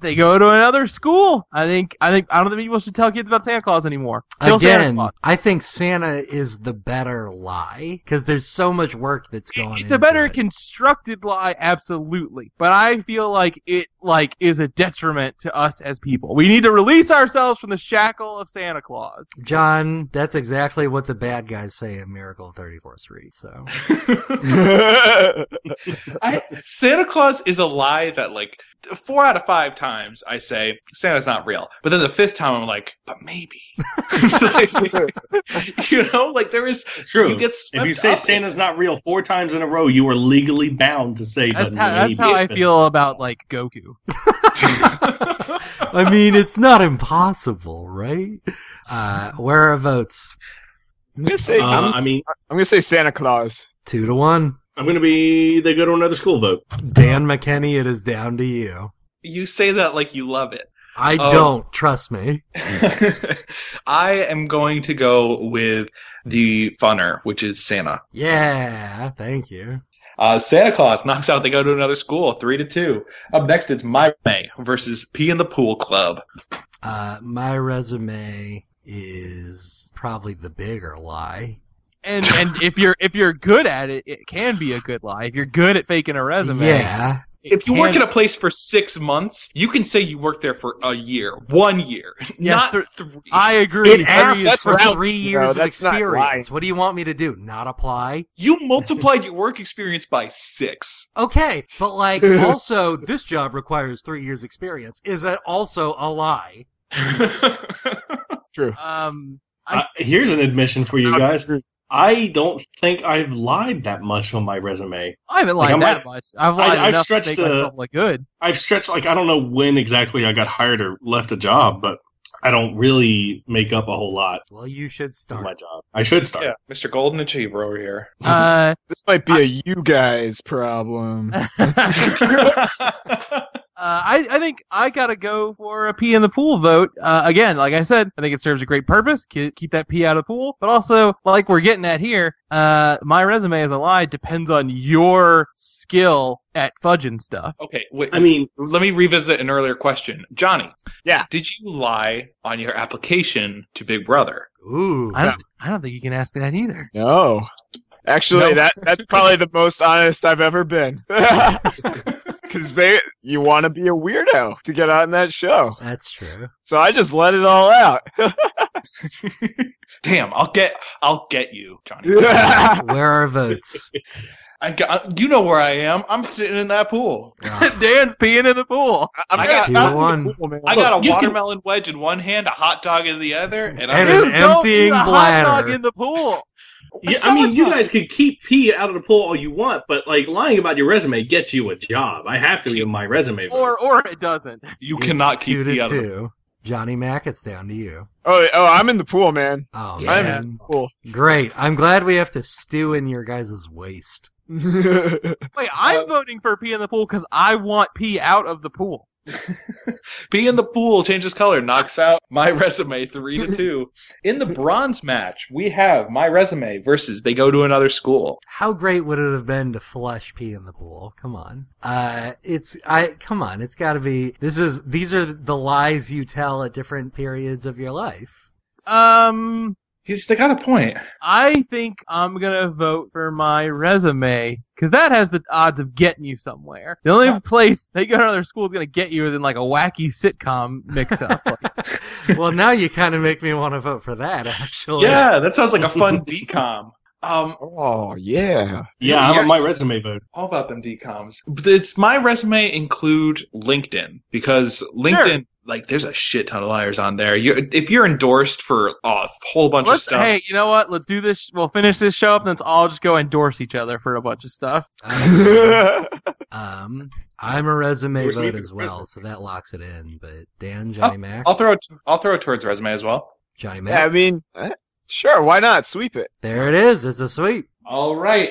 A: they go to another school. I think I think I don't think people should tell kids about Santa Claus anymore. Kill Santa
B: Again,
A: Claus.
B: I think Santa is the better lie because there's so much work that's going.
A: It's
B: into
A: a better
B: it.
A: constructed lie, absolutely. But I feel like it like is a detriment to us as people. We need to release ourselves from the shackle of Santa Claus.
B: John, that's exactly what the bad guys say in Miracle 34th Street. So
C: I, Santa Claus is a lie that like four out of five times I say Santa's not real, but then the fifth time I'm like, but maybe. you know, like there is
D: True.
C: you get
D: If
C: swept
D: you say
C: up
D: Santa's not real four times in a row, you are legally bound to say
A: That's
D: doesn't
A: how
D: mean
A: that's how I
D: anything.
A: feel about like Goku.
B: I mean, it's not impossible, right? Uh, where are votes?
F: I'm gonna say
D: Uh,
F: I'm,
D: I mean,
F: I'm gonna say Santa Claus.
B: Two to one.
D: I'm going to be. They go to another school vote.
B: Dan McKenny, it is down to you.
C: you say that like you love it.
B: I
C: Oh.
B: don't trust me.
C: I am going to go with the funner, which is Santa.
B: Yeah, thank you.
C: Uh, Santa Claus knocks out. They go to another school, three to two. Up next, it's My May versus Pee in the Pool Club.
B: Uh, my resume is probably the bigger lie.
A: And and if you're if you're good at it, it can be a good lie. If you're good at faking a resume,
B: Yeah,
A: it
C: If you work
A: can-
C: at a place for six months, you can say you worked there for a year, one year,
A: Yeah,
C: not
A: th-
C: three.
A: I agree.
B: it
A: Three
B: asks
A: is
F: that's
B: for
F: route,
B: three
F: you know,
B: years of
F: that's not lying.
B: experience. What do you want me to do? Not apply?
C: you multiplied your work experience by six.
B: Okay, but like, also, this job requires three years experience. Is that also a lie?
F: True.
A: Um,
D: Uh, here's an admission for you guys. I don't think I've lied that much on my resume.
A: I haven't
D: Like,
A: lied
D: I'm
A: that
D: like-
A: much. I've lied
D: I- I've
A: enough
D: stretched
A: to make
D: the-
A: myself look good.
D: I've stretched like I don't know when exactly I got hired or left a job, but I don't really make up a whole lot
B: Well, you should
D: of my
B: start.
D: job. I should start.
C: Yeah, Mr. Golden Achiever over here.
A: Uh,
F: This might be a you guys problem.
A: uh, I I think I gotta go for a pee in the pool vote. Uh, again, like I said, I think it serves a great purpose. Ke- Keep that pee out of the pool, but also like we're getting at here. Uh, my resume as a lie depends on your skill at fudging stuff.
C: Okay, wait.
D: I mean,
C: let me revisit an earlier question, Johnny.
F: Yeah.
C: Did you lie on your application to Big Brother?
B: Ooh.
A: I don't I don't think you can ask that either.
F: No. Oh. Actually,
C: No.
F: that that's probably the most honest I've ever been. Because they, you want to be a weirdo to get on that show.
B: That's true.
F: So I just let it all out.
C: Damn, I'll get, I'll get you, Johnny.
F: yeah,
B: Where are votes?
C: I got, you know where I am. I'm sitting in that pool.
B: Ugh,
A: Dan's peeing in the pool.
F: I'm
C: got-
B: Uh, two
F: I'm
B: to one.
F: cool, man.
C: I got
D: Look,
C: a
D: you can-
C: watermelon wedge in one hand, a hot dog in the other, and I'm
B: And an
A: Dude, don't eat
B: emptying
A: a hot
B: bladder.
A: dog in the pool.
D: Yeah, I mean, you guys could keep pee out of the pool all you want, but like lying about your resume gets you a job. I have to give my resume. vote.
A: Or or it doesn't.
C: you
B: It's
C: cannot keep
B: two to
C: me out of it.
B: two. Johnny Mac, it's down to you.
F: Oh, oh, I'm in the pool, man.
B: Oh
C: Yeah.
B: man,
F: Cool.
B: great! I'm glad we have to stew in your guys' waste.
A: Wait, I'm
C: Uh,
A: voting for pee in the pool because I want pee out of the pool.
C: Be in the pool changes color, knocks out my resume three to two. In the bronze match, we have my resume versus they go to another school.
B: How great would it have been to flush pee in the pool? Come on, uh, it's I. Come on, it's got to be. This is these are the lies you tell at different periods of your life.
A: Um,
C: He's they got a point.
A: I think I'm gonna vote for my resume because that has the odds of getting you somewhere. The only place they go to another school is gonna get you is in like a wacky sitcom mix-up. Like,
B: well, now you kind of make me want to vote for that. Actually,
C: Yeah, that sounds like a fun decom. Um,
F: oh yeah.
D: yeah, I'm on my resume vote.
C: all about them decoms. But it's my resume include LinkedIn because LinkedIn, like, there's a shit ton of liars on there. You're, if you're endorsed for oh, a whole bunch of
A: let's,
C: stuff,
A: hey, you know what? Let's do this. We'll finish this show up, and let's all just go endorse each other for a bunch of stuff.
B: Um, um, I'm a resume
C: Wish we
B: vote
C: could
B: as well,
C: resume.
B: so that locks it in. But
D: Oh,
B: Dan, Johnny Mac,
C: I'll throw I'll throw it towards resume as well.
B: Johnny
F: Yeah, I
B: Mac.
F: mean, eh, sure, why not sweep it?
B: There it is. It's a sweep.
C: All right.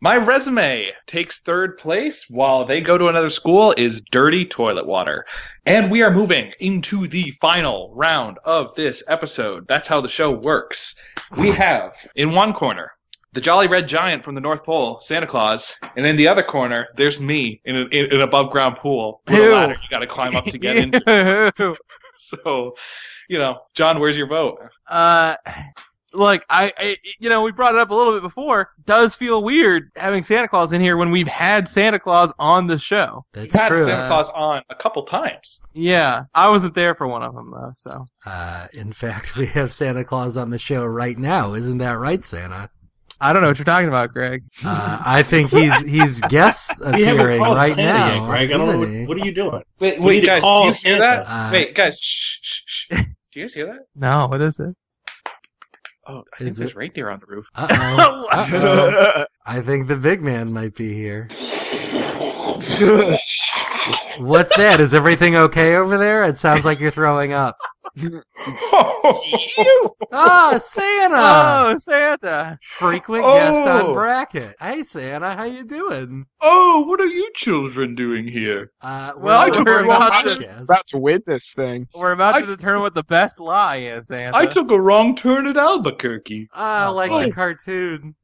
C: My resume takes third place while they go to another school is dirty toilet water. And we are moving into the final round of this episode. That's how the show works. We have in one corner the Jolly Red Giant from the North Pole, Santa Claus, and in the other corner there's me in an, in an above ground pool with a
A: Ew.
C: ladder you got to climb up to get in.
A: Ew.
C: So, you know, John, where's your vote?
A: Uh, look, I, I, you know, we brought it up a little bit before. Does feel weird having Santa Claus in here when we've had Santa Claus on the show.
B: That's
C: You've had
B: true.
C: Santa Claus on a couple times.
A: Yeah, I wasn't there for one of them though, so
B: Uh, in fact, we have Santa Claus on the show right now. Isn't that right, Santa?
A: I don't know what you're talking about, Greg.
B: Uh, I think he's he's guest
D: We
B: appearing
D: haven't called
B: right
D: Santa
B: now.
D: yet, Greg. I don't know
B: isn't he?
D: what, what are you doing.
C: Wait,
D: We need
C: wait,
D: to
C: guys, do
D: call
C: you hear
D: Santa.
C: that?
B: Uh,
C: wait, guys, shh, shh, shh, shh. Do you guys hear that?
A: No, what is it?
C: Oh, I
B: Is
C: think there's
B: it-
C: reindeer on the roof.
B: Uh-oh. Uh-oh. I think the big man might be here. What's that? Is everything okay over there? It sounds like you're throwing up. Ah, Santa!
C: Ah.
A: oh, Santa!
B: Frequent
C: Oh.
B: guest on bracket. Hey, Santa, how you doing?
C: oh, what are you children doing here?
B: Uh, we're
A: Well,
B: all
A: I took
B: recording
A: a
B: on
A: watch-
B: podcast.
F: About to win this thing.
A: We're about to
C: I-
A: determine what the best lie is, Santa.
C: I took a wrong turn at Albuquerque.
B: Ah, like
C: Oh.
B: the cartoon.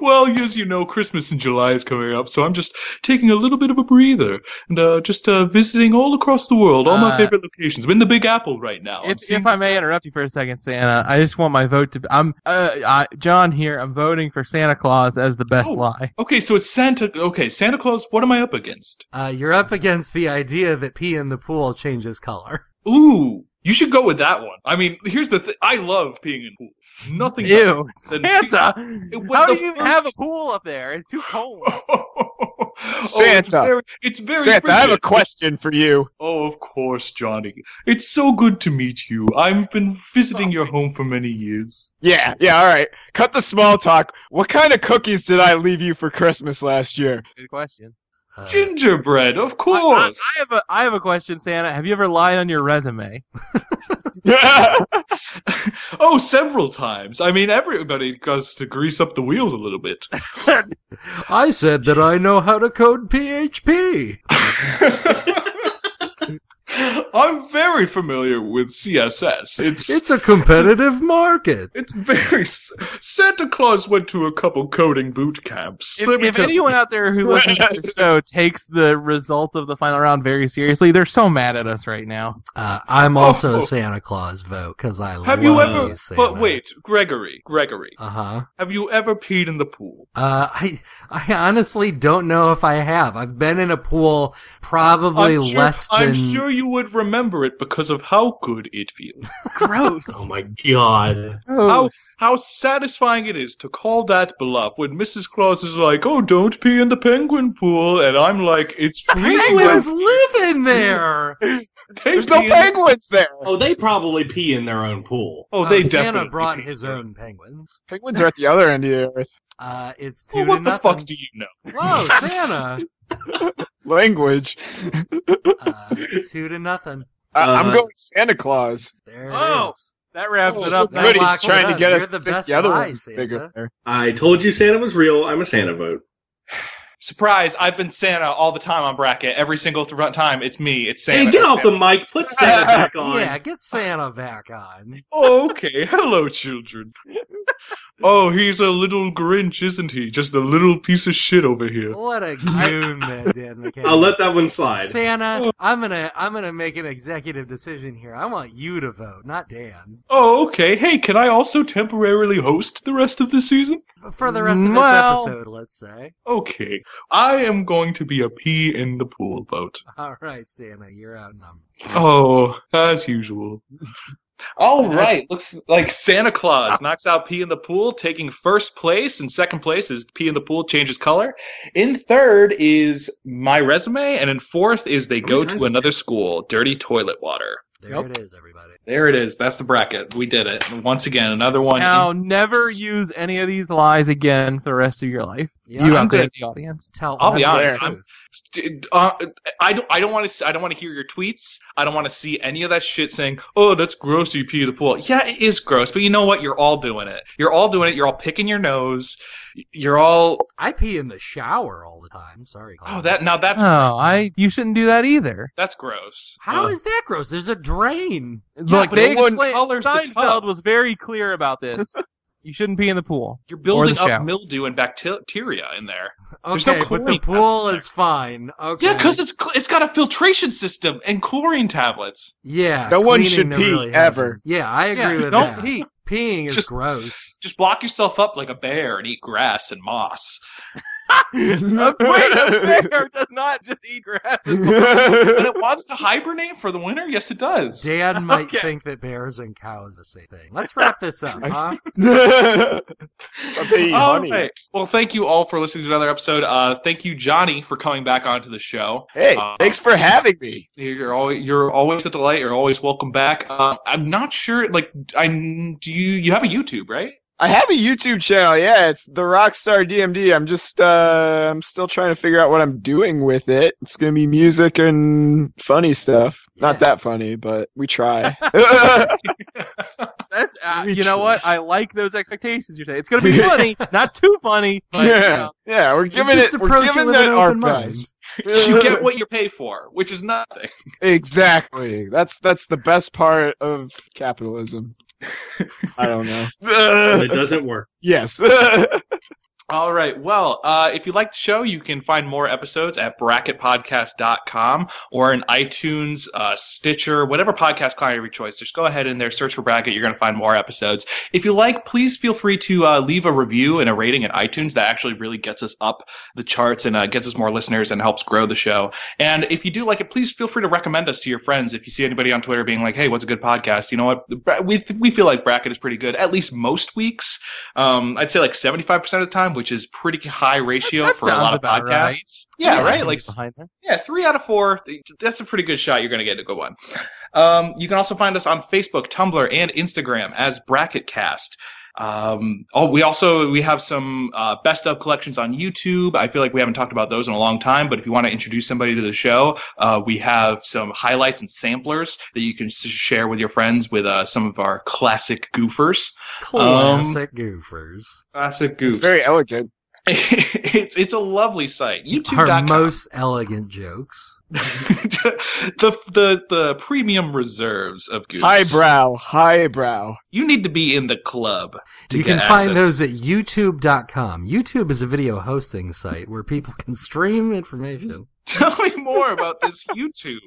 C: well, as you know, Christmas in July is coming up, so I'm just taking a little bit of a breather and uh, just uh, visiting all across the world, all my
A: Uh,
C: favorite locations. I'm in the Big Apple right now. I'm
A: If,
C: seeing
A: if I may interrupt you for a second, Santa, I just want my vote to. Be, I'm uh, I, John here. I'm voting for Santa Claus as the best
C: Oh.
A: lie.
C: Okay, so it's Santa. Okay, Santa Claus. What am I up against?
B: Uh, you're up against the idea that pee in the pool changes color.
C: Ooh, you should go with that one. I mean, here's the thing. I love peeing in pool. Nothing.
A: Ew,
C: Then-
A: Santa!
C: It was
A: How
C: the
A: do you
C: first-
A: have a pool up there? It's too cold.
C: Oh, It's
F: Santa.
C: very, it's very
F: Santa, I have a
C: frigid.
F: question for you.
C: Oh, of course, Johnny. It's so good to meet you. I've been visiting your home for many years.
F: Yeah, yeah, all right. Cut the small talk. What kind of cookies did I leave you for Christmas last year?
A: Good question.
B: Uh,
C: Gingerbread, of
A: I, I-
C: course.
A: I have a I have a question, Santa. Have you ever lied on your resume?
C: oh, several times. I mean, everybody goes to grease up the wheels a little bit.
B: I said that I know how to code PHP.
C: I'm very familiar with CSS. It's
B: It's a competitive market.
C: It's very. S- Santa Claus went to a couple coding boot camps.
A: If,
C: Let me
A: if
C: tell-
A: anyone out there who listens to the show takes the result of the final round very seriously, they're so mad at us right now.
B: Uh, I'm also
C: Oh.
B: a Santa Claus vote because I love
C: have you ever?
B: you, Santa.
C: But wait, Gregory, Gregory,
B: Uh-huh.
C: have you ever peed in the pool?
B: Uh I I honestly don't know if I have. I've been in a pool probably
C: I'm sure,
B: less than
C: I'm sure you would remember it because of how good it feels.
A: Gross.
D: Oh my god.
F: Oh,
A: Gross.
C: How satisfying it is to call that bluff when Mrs. Claus is like, "Oh, don't pee in the penguin pool," and I'm like, "It's freezing."
B: penguins live in there.
C: They
F: There's no
C: pee in the-
F: penguins there.
D: Oh, they probably pee in their own pool.
C: Oh, they
B: Uh, Santa
C: definitely
B: brought
C: pee in
B: his
C: there.
B: own penguins.
F: Penguins are at the other end of the earth.
B: Uh, it's two
C: Well,
B: to
C: what the
B: nothing.
C: fuck do you know?
B: Whoa, Santa!
F: Language.
B: Uh, two to nothing.
F: I- I'm
D: Uh,
F: going Santa Claus.
B: There it
A: Oh,
B: is.
A: That wraps it
F: So
A: up.
B: that
F: good. He's
B: locks it
F: trying to
B: up.
F: get
B: You're
F: us
B: the
F: to think
B: best
F: the other
B: lie,
F: one's bigger.
B: Santa.
F: there.
D: I told you Santa was real. I'm a Santa vote.
C: Surprise! I've been Santa all the time on bracket. Every single th- time, it's me. It's
D: hey,
C: Santa.
D: get
C: it's
D: off
C: Santa.
D: the mic. Put Santa back on.
B: Yeah, get Santa back on.
C: okay, hello, children. oh, he's a little Grinch, isn't he? Just a little piece of shit over here.
B: What a goon that Dan McKenzie.
D: I'll let that one slide.
C: Oh.
B: Santa, I'm gonna I'm gonna make an executive decision here. I want you to vote, not Dan.
C: Oh, okay. Hey, can I also temporarily host the rest of the season?
B: But for the rest of
A: Well-
B: this episode, let's say.
C: Okay, I am going to be a pee in the pool vote.
B: All right, Santa, you're outnumbered.
C: Oh, as usual. All right, looks like Santa Claus knocks out pee in the pool, taking first place. In second place is pee in the pool changes color. In third is my resume, and in fourth is they go to another school, dirty toilet water.
B: There
C: Yep.
B: it is, everybody.
C: There it is. That's the bracket. We did it once again. Another one.
A: Now, never use any of these lies again for the rest of your life.
B: Yeah,
A: you
B: I'm
A: out there
B: gonna
A: in the audience.
B: tell.
C: I'll
B: all
C: be
B: the
C: honest,
B: truth.
C: I'm- Uh, I don't. I don't want to. I don't want to hear your tweets. I don't want to see any of that shit saying, "Oh, that's gross." You pee in the pool. Yeah, it is gross. But you know what? You're all doing it. You're all doing it. You're all picking your nose. You're all.
B: I pee in the shower all the time. Sorry.
C: Oh,
B: Colin.
C: that now that's
A: Oh, I. You shouldn't do that either.
C: that's gross.
B: How is that gross? There's a drain.
A: Like
C: but
A: they
C: it wouldn't
A: explained,
C: colors the
A: Seinfeld
C: tub.
A: was very clear about this. you shouldn't pee in the pool.
C: You're building
A: the
C: up
A: shower.
C: mildew and bacteria in there. There's no
B: Okay, but the
C: chlorine
B: pool
C: left.
B: is fine. Okay.
C: Yeah, because it's cl- it's got a filtration system and chlorine tablets.
B: yeah.
F: No one
B: cleaning
F: should
B: never
F: pee,
B: really
F: ever.
B: happens. Yeah, I agree
A: Yeah,
B: with
A: don't
B: that.
A: pee.
B: Peeing is
C: Just-
B: gross.
C: Just block yourself up like a bear and eat grass and moss.
A: A great bear does not just eat grass.
C: But it wants to hibernate for the winter. Yes, it does.
B: Dan might
A: Okay.
B: think that bears and cows are the same thing. Let's wrap this up. Huh?
F: They eat
C: All
F: honey.
C: right. Well, thank you all for listening to another episode. Uh, thank you, Johnny, for coming back onto the show.
F: Hey,
C: Uh,
F: thanks for having me.
C: You're always you're always a delight. You're always welcome back. Um, I'm not sure. Like, I do you you have a YouTube right?
F: I have a YouTube channel. Yeah, it's the Rockstar DMD. I'm just uh I'm still trying to figure out what I'm doing with it. It's going to be music and funny stuff.
B: Yeah.
F: Not that funny, but we try.
A: That's uh,
F: Very
A: you know
F: true.
A: what I like those expectations you say. It's gonna be funny, not too funny. But, you
F: yeah.
A: know,
F: Yeah, we're giving
B: just
F: it we're
B: approach it
F: giving
B: with
F: that
B: an
F: our
B: open mind.
F: best.
C: you get what you pay for, which is nothing.
F: Exactly. That's that's the best part of capitalism. I don't
D: But it
F: know.
D: doesn't work.
F: yes.
C: All right. Well, uh, if you like the show, you can find more episodes at bracketpodcast.com or in iTunes, uh, Stitcher, whatever podcast client of your choice. Just go ahead in there, search for Bracket. You're going to find more episodes. If you like, please feel free to uh, leave a review and a rating in iTunes. That actually really gets us up the charts and uh, gets us more listeners and helps grow the show. And if you do like it, please feel free to recommend us to your friends. If you see anybody on Twitter being like, hey, what's a good podcast? You know what? Bra- We, we feel like Bracket is pretty good, at least most weeks um, I'd say like 75% of the time, which is pretty high ratio
A: That
C: for a lot
A: sounds
C: of
A: about
C: podcasts.
A: right.
C: Yeah,
A: I
C: right?
A: can
C: Like,
A: get behind that.
C: yeah, three out of four. th- That's a pretty good shot. You're going to get a good one. Um, you can also find us on Facebook, Tumblr, and Instagram as BracketCast. Um, oh, we also we have some uh, best of collections on YouTube. I feel like we haven't talked about those in a long time, but if you want to introduce somebody to the show, uh, we have some highlights and samplers that you can s- share with your friends with uh, some of our classic goofers.
B: Classic goofers.
C: Classic goofers.
F: It's very elegant.
C: it's it's a lovely site.
B: Her
C: YouTube.com.
B: most elegant jokes.
C: the the the premium reserves of Goose.
F: Highbrow, highbrow.
C: You need to be in the club to
B: you
C: get
B: can find
C: access
B: those
C: to-
B: at youtube.com. YouTube is a video hosting site where people can stream information.
C: Tell me more about this YouTube.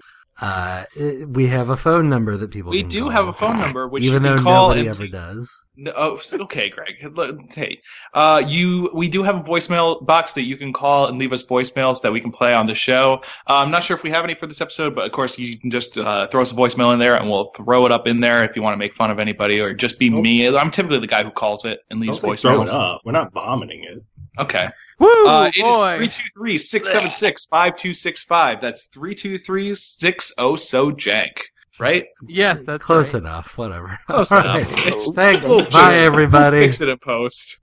B: Uh, it- we have a phone number that people
C: we
B: can
C: do
B: call.
C: have a phone number which
B: even
C: you
B: though
C: can call
B: nobody
C: and-
B: ever does.
C: No, oh, s- okay, Greg. Look, Hey, uh, you. We do have a voicemail box that you can call and leave us voicemails that we can play on the show. Uh, I'm not sure if we have any for this episode, but of course you can just uh, throw us a voicemail in there, and we'll throw it up in there if you want to make fun of anybody or just be
D: Nope.
C: me. I'm typically the guy who calls it and
D: Don't
C: leaves
D: say throw it
C: voicemails.
D: up. We're not vomiting it.
C: Okay.
A: Woo,
C: Uh, it is
A: Oh, boy.
C: 323 676 5265. That's 323 60 so jank, right?
A: yes, that's
B: Close
A: right.
B: enough. Whatever.
C: Close
B: All
C: enough.
B: right.
C: It's-
B: Thanks.
C: we'll
B: Bye,
C: fix it.
B: everybody.
C: Fix it in post.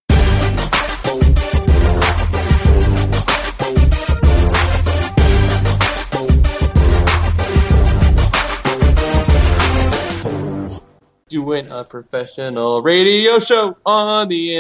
G: doing a professional radio show on the internet.